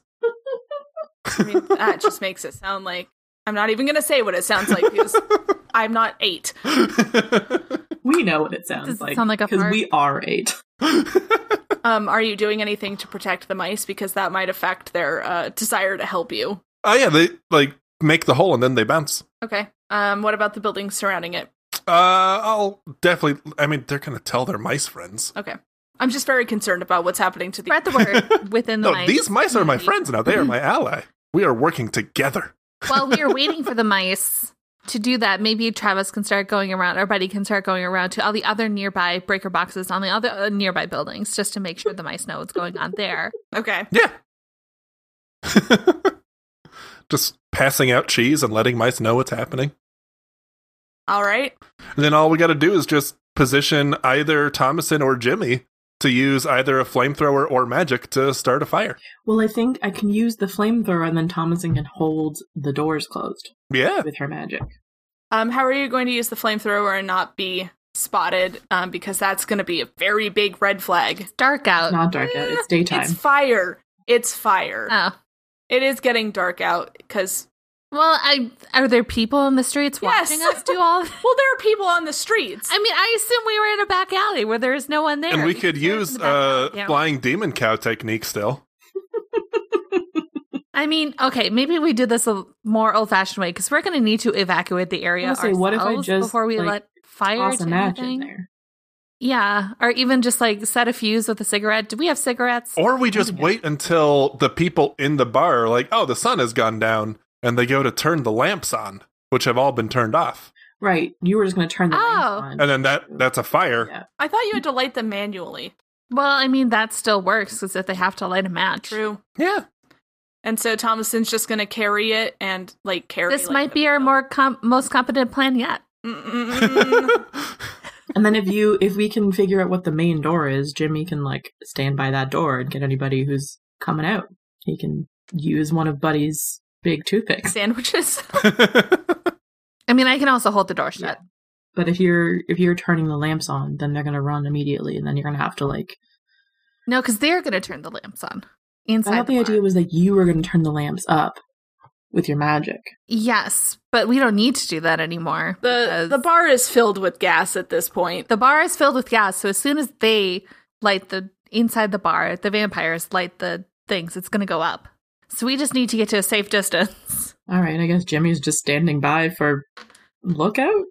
Speaker 1: I mean, that just makes it sound like I'm not even going to say what it sounds like because I'm not eight.
Speaker 2: We know what it sounds
Speaker 4: Does it
Speaker 2: like.
Speaker 4: sound like a
Speaker 2: Because
Speaker 4: fart?
Speaker 2: we are eight.
Speaker 1: Um, are you doing anything to protect the mice because that might affect their uh, desire to help you?
Speaker 3: oh yeah, they like make the hole and then they bounce.
Speaker 1: Okay. Um, what about the buildings surrounding it?
Speaker 3: Uh, I'll definitely. I mean, they're gonna tell their mice friends.
Speaker 1: Okay. I'm just very concerned about what's happening to the.
Speaker 4: Spread the word within the
Speaker 3: No,
Speaker 4: mice. Mm-hmm.
Speaker 3: these mice are my
Speaker 4: community.
Speaker 3: friends now. They are my ally. We are working together.
Speaker 4: While we are waiting for the mice to do that, maybe Travis can start going around, our buddy can start going around to all the other nearby breaker boxes on the other uh, nearby buildings just to make sure the mice know what's going on there.
Speaker 1: Okay.
Speaker 3: Yeah. Just passing out cheese and letting mice know what's happening.
Speaker 1: All right.
Speaker 3: And then all we got to do is just position either Thomason or Jimmy to use either a flamethrower or magic to start a fire.
Speaker 2: Well, I think I can use the flamethrower and then Thomason can hold the doors closed
Speaker 3: Yeah.
Speaker 2: with her magic.
Speaker 1: Um, how are you going to use the flamethrower and not be spotted? Um, because that's going to be a very big red flag.
Speaker 4: Dark out.
Speaker 2: Not dark out, it's daytime.
Speaker 1: It's fire. It's fire.
Speaker 4: Oh.
Speaker 1: It is getting dark out because
Speaker 4: Well, I are there people in the streets
Speaker 1: Yes.
Speaker 4: watching us do all
Speaker 1: well, there are people on the streets.
Speaker 4: I mean, I assume we were in a back alley where there is no one there.
Speaker 3: And we could
Speaker 4: There's
Speaker 3: use
Speaker 4: the back alley,
Speaker 3: uh,
Speaker 4: yeah.
Speaker 3: flying demon cow technique still.
Speaker 4: I mean, okay, maybe we do this a more old-fashioned way because we're going to need to evacuate the area
Speaker 2: I was gonna
Speaker 4: ourselves
Speaker 2: say, what if I just,
Speaker 4: before we
Speaker 2: like,
Speaker 4: let fire
Speaker 2: Toss
Speaker 4: to
Speaker 2: a match in
Speaker 4: anything.
Speaker 2: there.
Speaker 4: Yeah, or even just like set a fuse with a cigarette. Do we have cigarettes?
Speaker 1: Oh.
Speaker 3: Or we just wait until the people in the bar are like, oh, the sun has gone down, and they go to turn the lamps on, which have all been turned off.
Speaker 2: Right. You were just going to turn the lights
Speaker 4: Oh.
Speaker 2: on.
Speaker 3: And then that that's a fire.
Speaker 2: Yeah.
Speaker 1: I thought you had to light them manually.
Speaker 4: Well, I mean that still works because if they have to light a match,
Speaker 1: True.
Speaker 3: Yeah.
Speaker 1: And so Thomason's just gonna carry it and like carry.
Speaker 4: this
Speaker 1: like,
Speaker 4: might
Speaker 1: the-
Speaker 4: be our more com- most competent plan yet.
Speaker 1: Mm-mm-mm.
Speaker 2: Mm. And then if you if we can figure out what the main door is, Jimmy can like stand by that door and get anybody who's coming out. He can use one of Buddy's big toothpicks.
Speaker 1: Sandwiches.
Speaker 4: I mean, I can also hold the door shut.
Speaker 2: But if you're if you're turning the lamps on, then they're gonna run immediately, and then you're gonna have to like.
Speaker 4: No, because they're going to turn the lamps on
Speaker 2: I
Speaker 4: inside.
Speaker 2: thought the
Speaker 4: bar.
Speaker 2: idea was that you were gonna turn the lamps up with your magic.
Speaker 4: yes, but we don't need to do that anymore.
Speaker 1: The
Speaker 4: because
Speaker 1: the bar is filled with gas at this point.
Speaker 4: the bar is filled with gas, so as soon as they light the inside the bar, the vampires light the things. It's going to go up. So we just need to get to a safe distance.
Speaker 2: All right, I guess Jimmy's just standing by for lookout.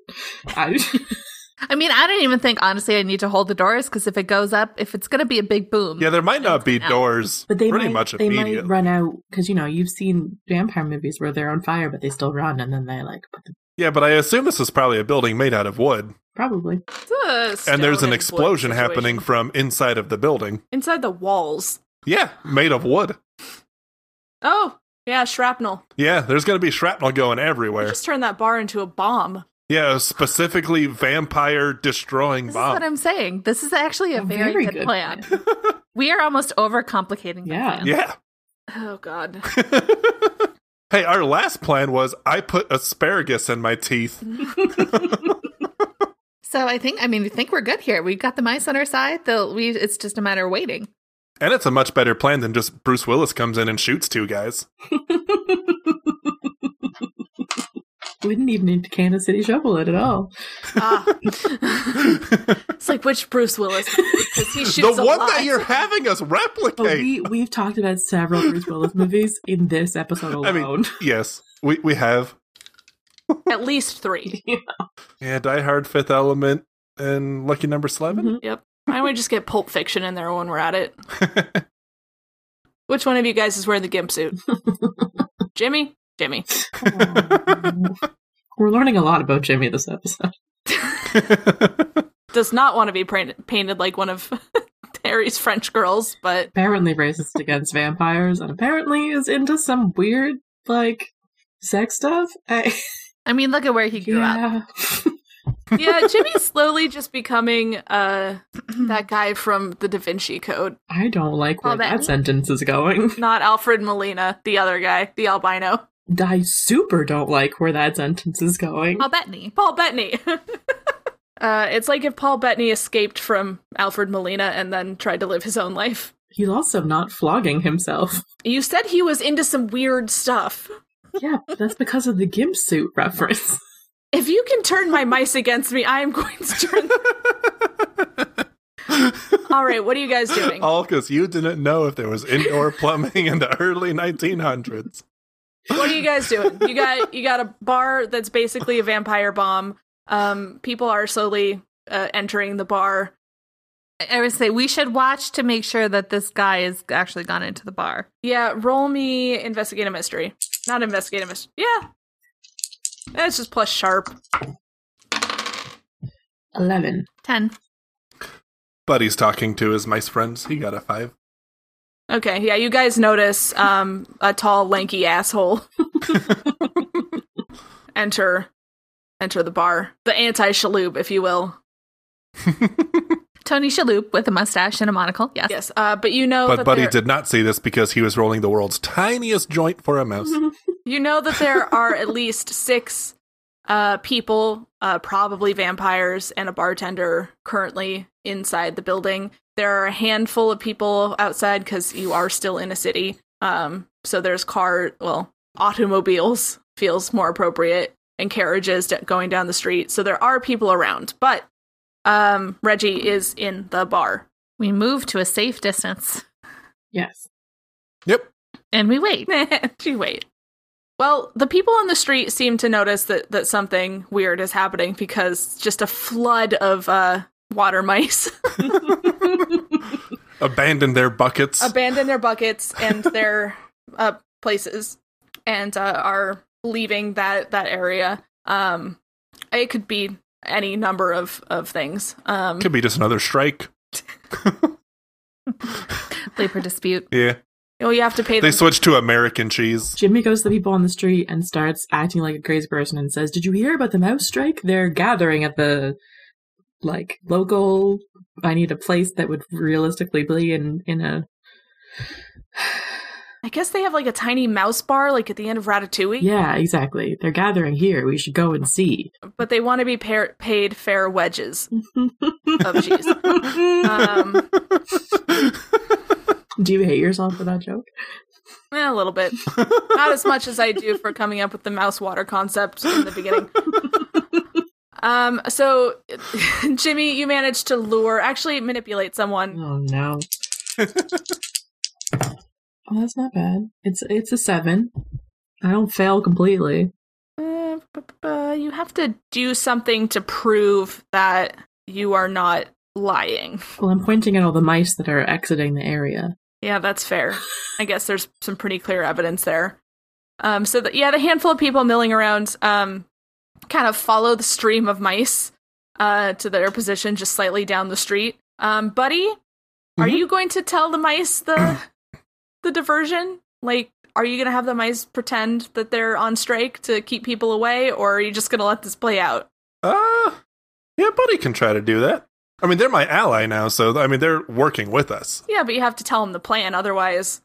Speaker 2: I,
Speaker 4: I mean, I don't even think honestly I need to hold the doors because if it goes up, if it's going to be a big boom,
Speaker 3: yeah, there might not be
Speaker 4: Yeah.
Speaker 3: doors
Speaker 2: but they
Speaker 3: pretty
Speaker 2: might,
Speaker 3: much
Speaker 2: they
Speaker 3: immediately.
Speaker 2: might run out because you know you've seen vampire movies where they're on fire but they still run and then they like put the,
Speaker 3: yeah, but I assume this is probably a building made out of wood.
Speaker 2: probably
Speaker 1: It's a stone
Speaker 3: and there's an
Speaker 1: wood
Speaker 3: explosion
Speaker 1: situation.
Speaker 3: happening from inside of the building.
Speaker 1: inside the walls.
Speaker 3: Yeah, made of wood.
Speaker 1: Oh yeah, shrapnel.
Speaker 3: Yeah, there's going to be shrapnel going
Speaker 1: You
Speaker 3: everywhere.
Speaker 1: just turned that bar into a bomb.
Speaker 3: Yeah, specifically vampire destroying
Speaker 4: This is
Speaker 3: bomb.
Speaker 4: what I'm saying. This is actually a
Speaker 2: A
Speaker 4: very,
Speaker 2: very
Speaker 4: good,
Speaker 2: good
Speaker 4: plan. we are almost overcomplicating. the
Speaker 2: Yeah.
Speaker 4: plan.
Speaker 3: yeah.
Speaker 1: Oh god.
Speaker 3: hey, our last plan was I put asparagus in my teeth.
Speaker 4: So I think I mean I think we're good here. We've got the mice on our side. They'll, we it's just a matter of waiting.
Speaker 3: And it's a much better plan than just Bruce Willis comes in and shoots two guys.
Speaker 2: We didn't even need to Kansas City shovel it at all.
Speaker 1: Ah. it's like which Bruce Willis? Because he
Speaker 3: The
Speaker 1: shoots a
Speaker 3: one
Speaker 1: lot.
Speaker 3: that you're having us
Speaker 2: But
Speaker 3: replicate.
Speaker 2: we we've talked about several Bruce Willis movies in this episode alone.
Speaker 3: I mean- yes, we, we have.
Speaker 1: At least three.
Speaker 3: Yeah, Die Hard, Fifth Element, and Lucky Number 11.
Speaker 2: Mhm.
Speaker 1: Why don't we just get Pulp Fiction in there when we're at it? Which one of you guys is wearing the gimp suit? Jimmy? Jimmy.
Speaker 2: Oh. We're learning a lot about Jimmy this episode.
Speaker 1: Mm-hmm. Does not want to be pra- painted like one of Harry's French girls, but
Speaker 2: Apparently racist against vampires, and apparently is into some weird like sex stuff. I,
Speaker 4: I mean, look at where he grew up.
Speaker 2: yeah,
Speaker 1: yeah, Jimmy's slowly just becoming uh, that guy from the Da Vinci Code.
Speaker 2: I don't like where
Speaker 4: Well, that-
Speaker 2: that sentence is going.
Speaker 1: Not Alfred Molina, the other guy, the albino.
Speaker 2: I super don't like where that sentence is going.
Speaker 4: Paul Bettany.
Speaker 1: Paul Bettany. uh, it's like if Paul Bettany escaped from Alfred Molina and then tried to live his own life.
Speaker 2: He's also not flogging himself.
Speaker 1: You said he was into some weird stuff.
Speaker 2: Yeah, but that's because of the gimp suit reference.
Speaker 1: If you can turn my mice against me, I am going to turn them. All right, what are you guys doing?
Speaker 3: All because you didn't know if there was indoor plumbing in the early 1900s.
Speaker 1: What are you guys doing? You got you got a bar that's basically a vampire bomb. Um, people are slowly uh, entering the bar.
Speaker 4: I- I would say we should watch to make sure that this guy has actually gone into the bar.
Speaker 1: Yeah, roll me investigate a mystery. Not investigate a mystery. Yeah, that's just plus sharp.
Speaker 2: 11.
Speaker 4: Ten.
Speaker 3: Buddy's talking to his mice friends. He got a five.
Speaker 1: Okay, yeah, you guys notice um, a tall, lanky asshole enter enter the bar. The anti Shaloub, if you will.
Speaker 4: Tony Shalhoub with a mustache and a monocle. Yes.
Speaker 1: Yes, uh, but you know
Speaker 3: but
Speaker 1: that
Speaker 3: Buddy
Speaker 1: there-
Speaker 3: did not see this because he was rolling the world's tiniest joint for a mouse.
Speaker 1: You know that there are at least six uh, people, uh, probably vampires, and a bartender currently inside the building. There are a handful of people outside because you are still in a city. Um, so there's car, well, automobiles feels more appropriate, and carriages d- going down the street. So there are people around, but um, Reggie is in the bar.
Speaker 4: We move to a safe distance
Speaker 2: Yes.
Speaker 3: Yep.
Speaker 4: and we wait.
Speaker 1: Gee, wait. Well, the people on the street seem to notice that, that something weird is happening because just a flood of uh, water mice
Speaker 3: Abandoned their buckets.
Speaker 1: abandon their buckets and their uh, places and uh, are leaving that, that area. Um, it could be any number of of things. Um,
Speaker 3: Could be just another strike.
Speaker 4: labor dispute.
Speaker 3: Yeah.
Speaker 1: well, you have to pay
Speaker 3: They
Speaker 1: them.
Speaker 3: switched to American cheese.
Speaker 2: Jimmy goes to the people on the street and starts acting like a crazy person and says, Did you hear about the mouse strike? They're gathering at the like local I need a place that would realistically be in in a
Speaker 1: I guess they have like a tiny mouse bar, like at the end of Ratatouille.
Speaker 2: Yeah, exactly. They're gathering here. We should go and see.
Speaker 1: But they want to be par- paid fair wedges of cheese. Um,
Speaker 2: Do you hate yourself for that joke?
Speaker 1: eh, a little bit, not as much as I do for coming up with the mouse water concept in the beginning. Um, so Jimmy, you managed to lure, actually manipulate someone
Speaker 2: Oh no. oh, that's not bad. It's it's a seven. I don't fail completely.
Speaker 1: Uh, bu- bu- bu- you have to do something to prove that you are not lying.
Speaker 2: Well, I'm pointing at all the mice that are exiting the area.
Speaker 1: Yeah, that's fair. I guess there's some pretty clear evidence there. Um, so the, yeah, the handful of people milling around um, kind of follow the stream of mice uh, to their position just slightly down the street. Um, Buddy, are
Speaker 3: Mhm.
Speaker 1: you going to tell the mice the the diversion? Like, are you going to have the mice pretend that they're on strike to keep people away, or are you just going to let this play out?
Speaker 3: Uh, yeah, Buddy can try to do that. I mean, they're my ally now, so I mean, they're working with us.
Speaker 1: Yeah, but you have to tell them the plan, otherwise,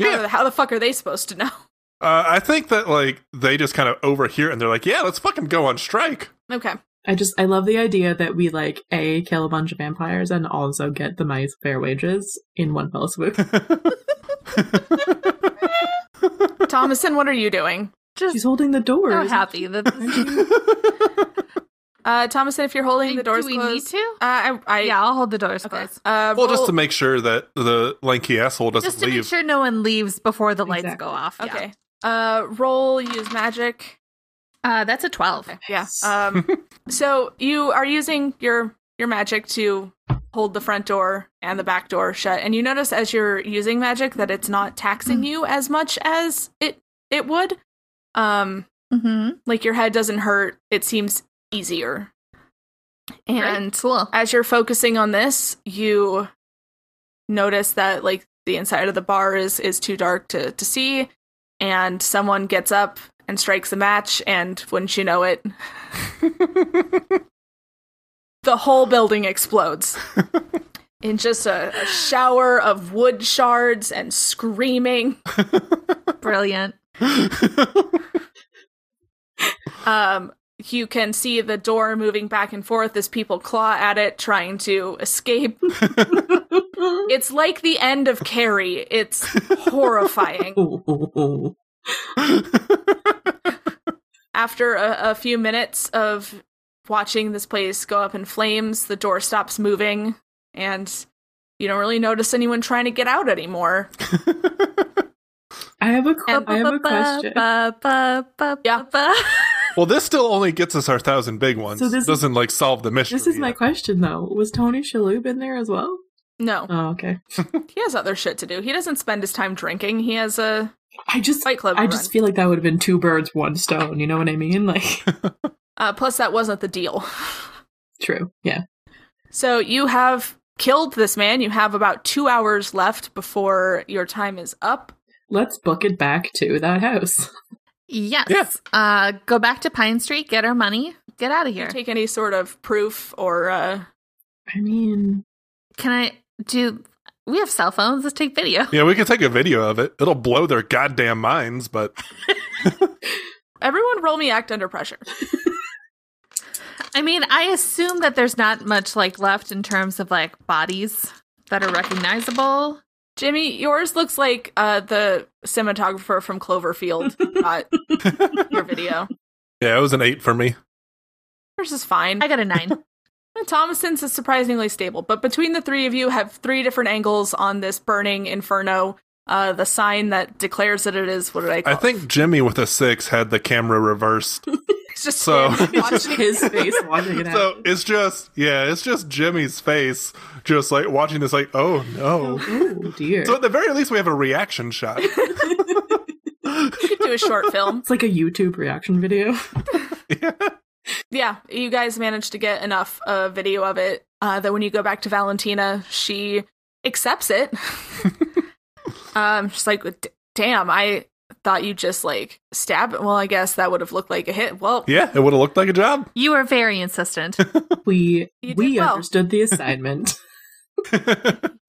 Speaker 1: how,
Speaker 3: Yeah.
Speaker 1: the, how the fuck are they supposed to know?
Speaker 3: Uh, I think that, like, they just kind of overhear it and they're like, yeah, let's fucking go on strike.
Speaker 1: Okay,
Speaker 2: I just I love the idea that we like a kill a bunch of vampires and also get the mice fair wages in one fell swoop.
Speaker 1: Thomason, what are you doing?
Speaker 2: She's holding the door.
Speaker 4: So happy that
Speaker 1: Uh, Thomason, if you're holding the doors
Speaker 4: Do we need
Speaker 1: closed,
Speaker 4: to?
Speaker 1: uh, I, I,
Speaker 4: yeah, I'll hold the doors
Speaker 1: okay.
Speaker 4: closed.
Speaker 1: Uh,
Speaker 3: well, just
Speaker 1: roll-
Speaker 3: to make sure that the lanky asshole doesn't
Speaker 4: Just to make
Speaker 3: leave.
Speaker 4: sure no one leaves before the lights
Speaker 2: Exactly.
Speaker 4: go off. yeah.
Speaker 1: okay. Uh, roll use magic.
Speaker 4: Uh, that's a 12.
Speaker 1: Yeah. Um, so you are using your your magic to hold the front door and the back door shut, and you notice as you're using magic that it's not
Speaker 4: Hmm.
Speaker 1: taxing you as much as it it would. Um,
Speaker 4: Mm-hmm.
Speaker 1: like your head doesn't hurt it seems easier and
Speaker 4: cool.
Speaker 1: as you're focusing on this you notice that like the inside of the bar is is too dark to to see and someone gets up and strikes a match and wouldn't you know it the whole building explodes in just a, a shower of wood shards and screaming
Speaker 4: Brilliant.
Speaker 1: Um, you can see the door moving back and forth as people claw at it, trying to escape. it's like the end of Carrie. It's horrifying.
Speaker 2: Ooh.
Speaker 1: After a, a few minutes of watching this place go up in flames, the door stops moving, and you don't really notice anyone trying to get out anymore.
Speaker 2: I have a que-
Speaker 1: And-
Speaker 2: I have a question.
Speaker 1: Yeah.
Speaker 3: well, this still only gets us our thousand big ones.
Speaker 2: So this-
Speaker 3: doesn't, like, solve the mystery.
Speaker 2: This is my
Speaker 3: yet.
Speaker 2: question though. Was Tony Shalhoub in there as well?
Speaker 1: No,
Speaker 2: Oh, okay.
Speaker 1: he has other shit to do. He doesn't spend his time drinking. He has a
Speaker 2: I just
Speaker 1: fight club.
Speaker 2: I
Speaker 1: to
Speaker 2: just
Speaker 1: run.
Speaker 2: feel like that would have been two birds, one stone. You know what I mean? Like,
Speaker 1: Uh, plus, that wasn't the deal.
Speaker 2: true. Yeah.
Speaker 1: So you have killed this man. You have about two hours left before your time is up.
Speaker 2: Let's book it back to that house.
Speaker 4: Yes.
Speaker 3: Yeah.
Speaker 4: Uh, go back to Pine Street, get our money, get out of here.
Speaker 1: Take any sort of proof or uh,
Speaker 2: I mean,
Speaker 4: Can I do? We have cell phones. Let's take video.
Speaker 3: Yeah, we can take a video of it. It'll blow their goddamn minds, but
Speaker 1: everyone roll me act under pressure.
Speaker 4: I mean, I assume that there's not much like left in terms of like bodies that are recognizable.
Speaker 1: Jimmy, yours looks like uh, the cinematographer from Cloverfield, not your video.
Speaker 3: yeah, it was an eight for me.
Speaker 1: Yours is fine.
Speaker 4: I got a nine.
Speaker 1: Thomason's is surprisingly stable, but between the three of you have three different angles on this burning inferno. Uh, the sign that declares that it is what did I call?
Speaker 3: I think Jimmy with a six had the camera reversed.
Speaker 1: it? It's just
Speaker 3: so-
Speaker 2: just
Speaker 1: watching
Speaker 2: his face watching it.
Speaker 3: So
Speaker 2: happen.
Speaker 3: it's just yeah, it's just Jimmy's face just like watching this like, oh no.
Speaker 2: oh dear.
Speaker 3: So at the very least we have a reaction shot.
Speaker 1: do a short film.
Speaker 2: it's like a YouTube reaction video.
Speaker 1: yeah, you guys managed to get enough uh, video of it uh, that when you go back to Valentina, she accepts it. um, she's like, "D- "Damn, I thought you just like stab." Well, I guess that would have looked like a hit. Well,
Speaker 3: Yeah, it would have looked like a job.
Speaker 4: You were very insistent.
Speaker 2: We
Speaker 1: You did
Speaker 2: we
Speaker 1: well.
Speaker 2: understood the assignment.
Speaker 3: we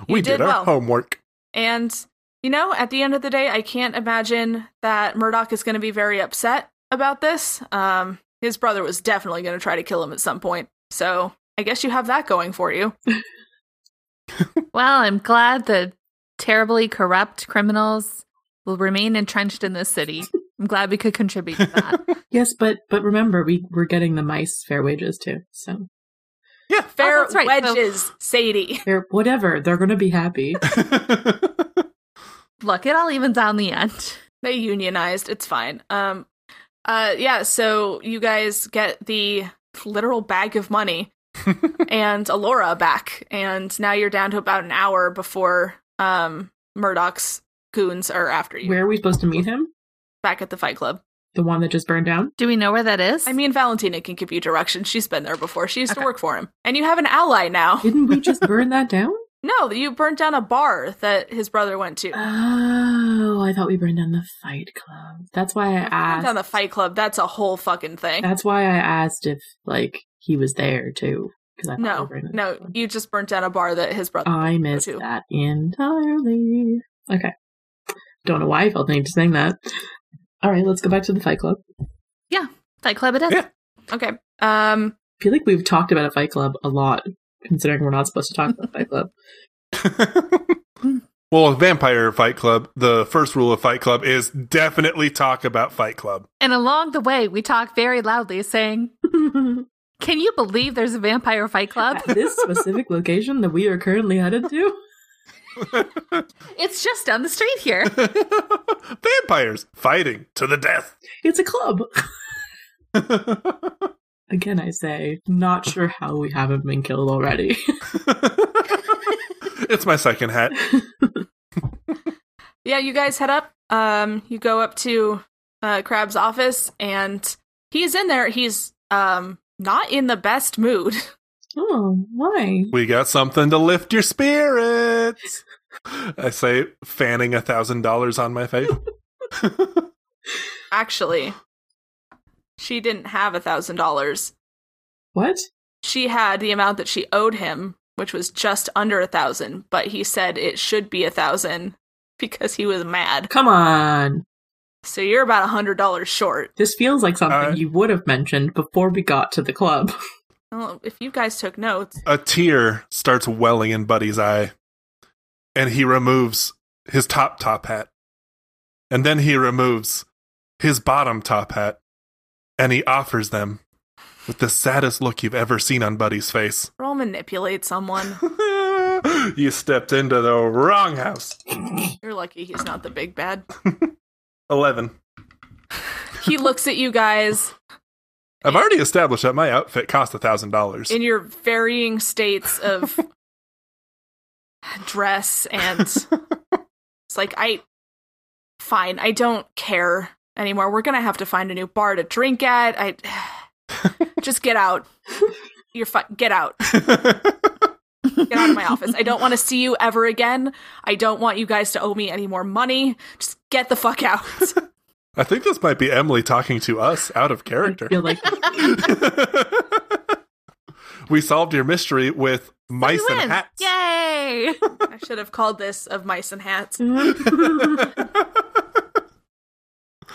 Speaker 1: You
Speaker 3: did,
Speaker 1: did
Speaker 3: our
Speaker 1: well.
Speaker 3: homework.
Speaker 1: and you know, at the end of the day, I can't imagine that Murdoch is going to be very upset about this. Um, his brother was definitely going to try to kill him at some point, so I guess you have that going for you.
Speaker 4: Oh, well, I'm glad the terribly corrupt criminals will remain entrenched in this city. I'm glad we could contribute to that.
Speaker 2: yes, but but remember we we're getting the mice fair wages too. So
Speaker 1: Fair
Speaker 4: that's right, so-
Speaker 1: wedges, Sadie.
Speaker 2: they're whatever, they're gonna be happy.
Speaker 4: Look, it all evens out in the end.
Speaker 1: they unionized it's fine um uh yeah so you guys get the literal bag of money and alora back and now you're down to about an hour before um murdoch's goons are after you
Speaker 2: Where are we supposed to meet him?
Speaker 1: back at the fight club
Speaker 2: The one that just burned down?
Speaker 4: Do we know where that is?
Speaker 1: i mean valentina can give you directions she's been there before she used
Speaker 4: Okay.
Speaker 1: to work for him and you have an ally now
Speaker 2: Didn't we just burn that down?
Speaker 1: no you burnt down a bar that his brother went to
Speaker 2: Uh, Oh, I thought we burned down the fight club. That's why I
Speaker 1: Burnt
Speaker 2: asked.
Speaker 1: down the fight club that's a whole fucking thing
Speaker 2: That's why I asked if like he was there too. Because I thought we
Speaker 1: no
Speaker 2: burned it
Speaker 1: no
Speaker 2: down.
Speaker 1: you just burnt down a bar that his brother
Speaker 2: I missed
Speaker 1: too.
Speaker 2: that entirely. Okay, don't know why I felt the need to sing that. All right, let's go back to the Fight Club.
Speaker 4: Fight Club it is.
Speaker 3: Yeah.
Speaker 2: Oh.
Speaker 1: okay um
Speaker 2: I feel like we've talked about a Fight Club a lot, considering we're not supposed to talk about Fight Club.
Speaker 3: well, Vampire Fight Club, the first rule of Fight Club is definitely talk about Fight Club.
Speaker 4: And along the way, we talk very loudly, saying, Can you believe there's a vampire fight club?
Speaker 2: At this specific location that we are currently headed to,
Speaker 4: It's just down the street here.
Speaker 3: Vampires fighting to the death.
Speaker 2: it's a club. Again, I say, not sure how we haven't been killed already.
Speaker 3: it's my second hat.
Speaker 1: yeah, you guys head up. Um, you go up to uh, Crab's office, and he's in there. He's um not in the best mood.
Speaker 2: oh, why?
Speaker 3: We got something to lift your spirits. I say, fanning a thousand dollars on my face.
Speaker 1: Actually, she didn't have a thousand dollars.
Speaker 2: What?
Speaker 1: She had the amount that she owed him, which was just under a thousand. But he said it should be a thousand because he was mad.
Speaker 2: Come on.
Speaker 1: So you're about a hundred dollars short.
Speaker 2: This feels like something
Speaker 3: Uh,
Speaker 2: you would have mentioned before we got to the club.
Speaker 1: Well, if you guys took notes,
Speaker 3: a tear starts welling in Buddy's eye, and he removes his top top hat, and then he removes his bottom top hat, and he offers them with the saddest look you've ever seen on Buddy's face.
Speaker 1: roll manipulate someone.
Speaker 3: you stepped into the wrong house.
Speaker 1: You're lucky he's not the big bad.
Speaker 3: Eleven.
Speaker 1: He looks at you guys
Speaker 3: I've already established that my outfit cost a thousand dollars.
Speaker 1: in your varying states of dress and it's like i fine i don't care anymore we're gonna have to find a new bar to drink at i just get out you're fine get out get out of my office i don't want to see you ever again i don't want you guys to owe me any more money just get the fuck out
Speaker 3: I think this might be Emily talking to us out of
Speaker 2: I
Speaker 3: character.
Speaker 2: feel like
Speaker 3: we solved your mystery with mice
Speaker 4: We win.
Speaker 3: and hats.
Speaker 4: Yay!
Speaker 1: i should have called this of mice and hats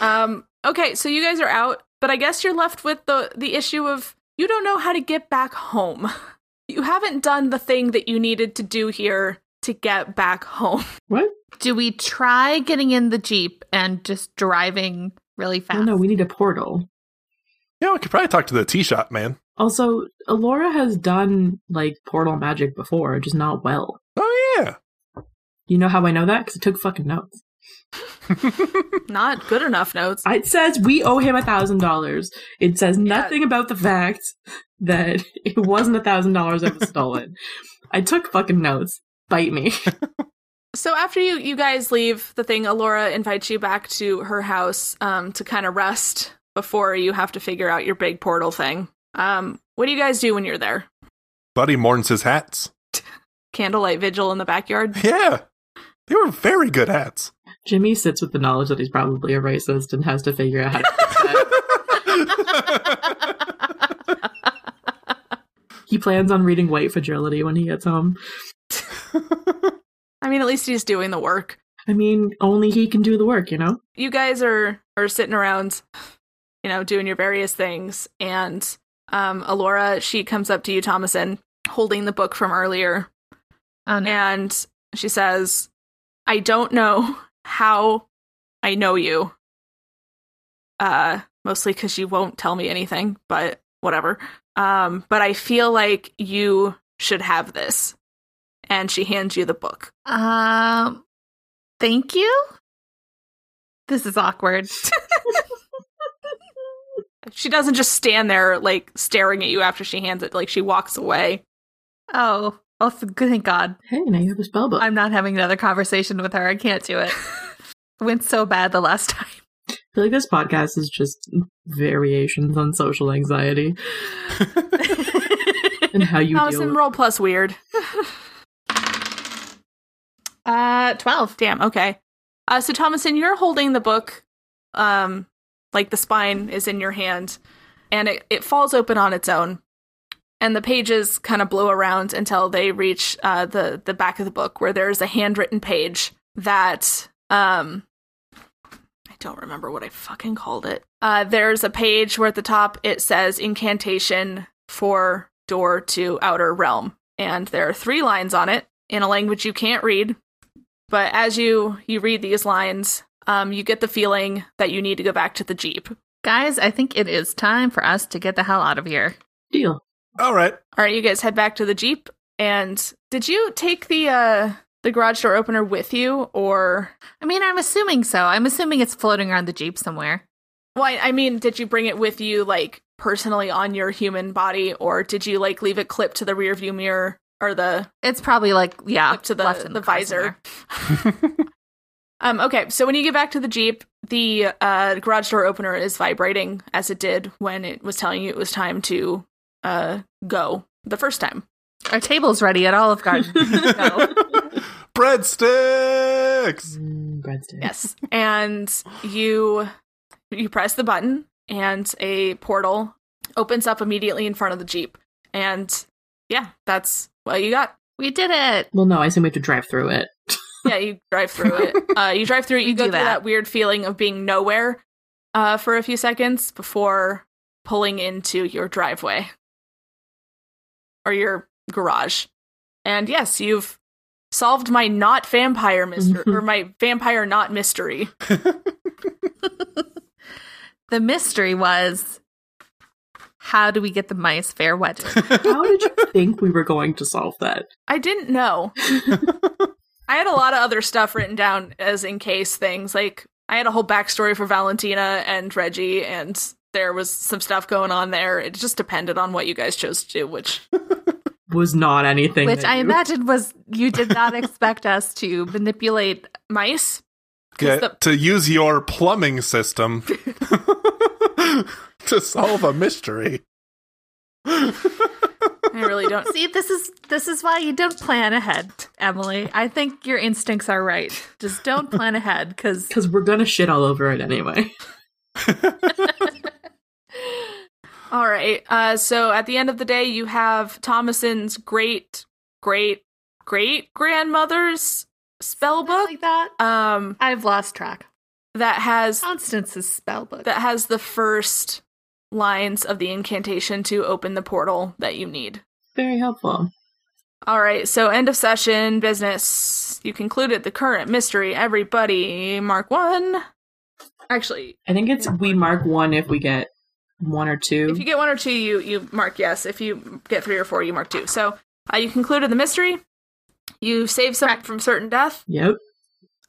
Speaker 1: Um. Okay, so you guys are out, but I guess you're left with the the issue of you don't know how to get back home. You haven't done the thing that you needed to do here to get back home.
Speaker 2: what?
Speaker 4: Do we try getting in the Jeep and just driving really
Speaker 2: I
Speaker 4: fast?
Speaker 2: don't know. Oh, We need a portal.
Speaker 3: Yeah, we could probably talk to the tea shop man.
Speaker 2: Also, Alora has done like portal magic before, just not well.
Speaker 3: Oh yeah,
Speaker 2: You know how I know that? Because I took fucking notes.
Speaker 1: Not good enough notes.
Speaker 2: It says we owe him a thousand dollars. It says nothing about the fact that it wasn't a thousand dollars that was stolen. I took fucking notes. Bite me.
Speaker 1: So after you you guys leave the thing, Alora invites you back to her house um, to kind of rest before you have to figure out your big portal thing. Um, what do you guys do when you're there?
Speaker 3: Buddy mourns his hats.
Speaker 1: Candlelight vigil in the backyard.
Speaker 3: Yeah. They were very good hats.
Speaker 2: Jimmy sits with the knowledge that he's probably a racist and has to figure out how to fix that. he plans on reading White Fragility when he gets home.
Speaker 1: I mean, at least he's doing the work.
Speaker 2: I mean, only he can do the work, you know?
Speaker 1: You guys are are sitting around, you know, doing your various things, and um, Alora she comes up to you, Thomason, holding the book from earlier,
Speaker 4: Oh no.
Speaker 1: and she says, "I don't know how I know you. Uh, mostly because you won't tell me anything, but whatever. Um, but I feel like you should have this." And she hands you the book.
Speaker 4: Um, thank you. This is awkward.
Speaker 1: She doesn't just stand there like staring at you after she hands it. Like she walks away.
Speaker 4: oh, oh, th- thank God.
Speaker 2: Hey, now you have a spell book.
Speaker 4: I'm not having another conversation with her. I can't do it. Went so bad the last time.
Speaker 2: I feel like this podcast is just variations on social anxiety and how you deal
Speaker 1: Allison,
Speaker 2: with
Speaker 1: roll plus weird.
Speaker 4: uh, twelve.
Speaker 1: Damn. Okay. Uh, so Thomason, you're holding the book, um, like the spine is in your hand, and it, it falls open on its own, and the pages kind of blow around until they reach uh, the the back of the book where there is a handwritten page that um, I don't remember what I fucking called it. Uh, there's a page where at the top it says incantation for door to outer realm, and there are three lines on it in a language you can't read but as you you read these lines um you get the feeling that you need to go back to the jeep all
Speaker 4: Guys, I think it is time for us to get the hell out of here.
Speaker 2: deal.
Speaker 3: All right.
Speaker 1: right you guys head back to the jeep and did you take the uh the garage door opener with you or
Speaker 4: I mean, I'm assuming so. I'm assuming it's floating around the Jeep somewhere.
Speaker 1: well i, I mean did you bring it with you like personally on your human body or did you like leave it clipped to the rear view mirror or the
Speaker 4: It's probably like, yeah,
Speaker 1: Up to the-
Speaker 4: left in
Speaker 1: the
Speaker 4: car
Speaker 1: visor.
Speaker 4: somewhere.
Speaker 1: um okay so when you get back to the jeep the uh garage door opener is vibrating as it did when it was telling you it was time to uh go the first time
Speaker 4: Our table's ready at Olive Garden. Go.
Speaker 3: Breadsticks.
Speaker 2: Mm, breadsticks.
Speaker 1: Yes. and you you press the button and a portal opens up immediately in front of the Jeep. And yeah, that's what you got.
Speaker 4: we did it.
Speaker 2: Well, no, I assume we have to drive through it.
Speaker 1: Yeah, you drive through it. Uh, you drive through it, you
Speaker 4: We
Speaker 1: go
Speaker 4: do
Speaker 1: through that.
Speaker 4: that.
Speaker 1: weird feeling of being nowhere uh, for a few seconds before pulling into your driveway or your garage. And yes, you've solved my not vampire mystery
Speaker 4: Mm-hmm.
Speaker 1: or my vampire not mystery.
Speaker 4: The mystery was how do we get the mice fair wedded?
Speaker 2: How did you think we were going to solve that?
Speaker 1: I didn't know. I had a lot of other stuff written down as in case things. Like I had a whole backstory for Valentina and Reggie, and there was some stuff going on there. It just depended on what you guys chose to do, which
Speaker 2: Was not anything.
Speaker 4: Which
Speaker 2: that
Speaker 4: I
Speaker 2: you-
Speaker 4: imagine was you did not expect us to manipulate.
Speaker 1: mice.
Speaker 3: Get,
Speaker 1: the-
Speaker 3: to use your plumbing system to solve a mystery.
Speaker 1: I really don't.
Speaker 4: See, this is this is why you don't plan ahead, Emily. I think your instincts are right. Just don't plan ahead because
Speaker 2: because we're gonna shit all over it anyway.
Speaker 1: All right. Uh, so at the end of the day, you have Thomason's great, great, great grandmother's spell book.
Speaker 4: like that,
Speaker 1: Um,
Speaker 4: I've lost track.
Speaker 1: that has
Speaker 4: Constance's spell book.
Speaker 1: that has the first lines of the incantation to open the portal that you need.
Speaker 2: Very helpful.
Speaker 1: All right, so end of session business. You concluded the current mystery. Everybody, mark one. Actually,
Speaker 2: I think it's we mark one if we get one or two.
Speaker 1: if you get one or two, you you mark yes. If you get three or four, you mark two. So uh, you concluded the mystery. You saved someone from certain death.
Speaker 2: yep.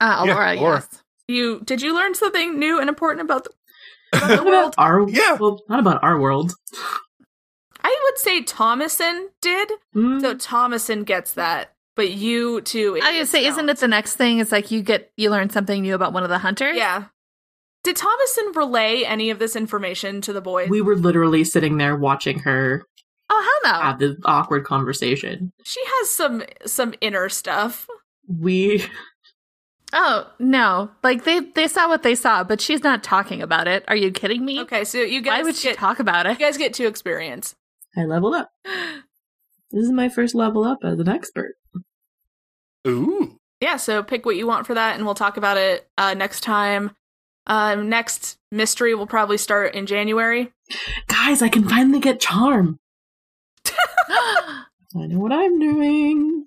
Speaker 4: uh,
Speaker 3: Yeah, Alora.
Speaker 4: Alora, yes.
Speaker 1: You did you learn something new and important about the, about the
Speaker 2: Not
Speaker 1: world?
Speaker 2: about our
Speaker 3: Yeah.
Speaker 2: Well, not about our world.
Speaker 1: I would say Thomason did.
Speaker 2: Mm,
Speaker 1: So Thomason gets that, but you too.
Speaker 4: Oh, I was gonna say, isn't it the next thing? It's like you get you learn something new about one of the hunters.
Speaker 1: Yeah. Did Thomason relay any of this information to the boys?
Speaker 2: We were literally sitting there watching her
Speaker 4: Oh hell no!
Speaker 2: have the awkward conversation.
Speaker 1: she has some some inner stuff.
Speaker 2: We
Speaker 4: Oh no! Like they they saw what they saw, but she's not talking about it. Are you kidding me?
Speaker 1: Okay, so you guys
Speaker 4: Why would she
Speaker 1: get
Speaker 4: talk about
Speaker 1: you
Speaker 4: it?
Speaker 1: guys get to experience.
Speaker 2: I leveled up. This is my first level up as an expert.
Speaker 3: Ooh.
Speaker 1: Yeah, so pick what you want for that, and we'll talk about it uh, next time. Um, next mystery will probably start in January.
Speaker 2: Guys, I can finally get charm. I know what I'm doing.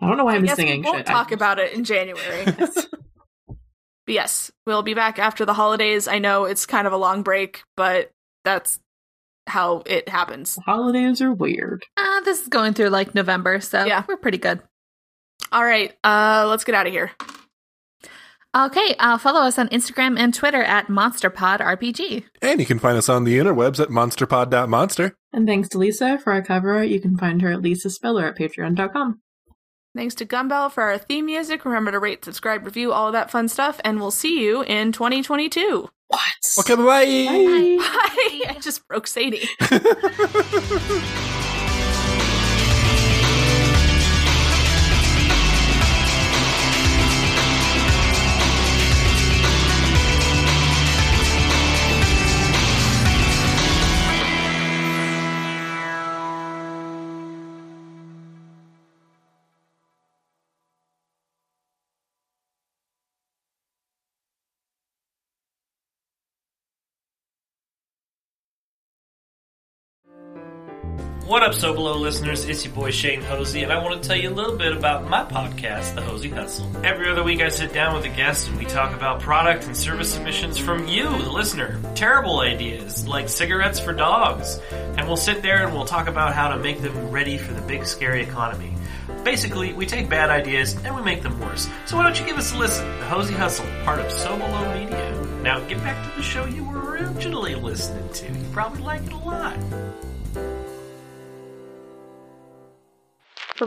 Speaker 2: I don't know why I'm
Speaker 1: Yes,
Speaker 2: singing
Speaker 1: we won't
Speaker 2: shit.
Speaker 1: talk
Speaker 2: I-
Speaker 1: about it in January. but yes, we'll be back after the holidays. I know it's kind of a long break, but that's how it happens.
Speaker 2: Holidays are weird.
Speaker 4: Uh, this is going through like November, so
Speaker 1: Yeah.
Speaker 4: we're pretty good.
Speaker 1: All right, uh, let's get out of here.
Speaker 4: Okay, uh, follow us on Instagram and Twitter at MonsterPodRPG.
Speaker 3: And you can find us on the interwebs at monsterpod.monster.
Speaker 2: And thanks to Lisa for our cover art. You can find her at Lisa Spiller at patreon.com.
Speaker 1: Thanks to Gumball for our theme music. Remember to rate, subscribe, review, all of that fun stuff, and we'll see you in 2022.
Speaker 2: What?
Speaker 3: Okay, bye-bye.
Speaker 2: Bye.
Speaker 1: Bye. I just broke Sadie.
Speaker 5: What up, So Below listeners? It's your boy Shane Hosey, and I want to tell you a little bit about my podcast, The Hosey Hustle. Every other week, I sit down with a guest and we talk about product and service submissions from you, the listener. Terrible ideas, like cigarettes for dogs. And we'll sit there and we'll talk about how to make them ready for the big scary economy. Basically, we take bad ideas and we make them worse. So why don't you give us a listen? The Hosey Hustle, part of So Below Media. Now get back to the show you were originally listening to. You probably like it a lot.
Speaker 1: For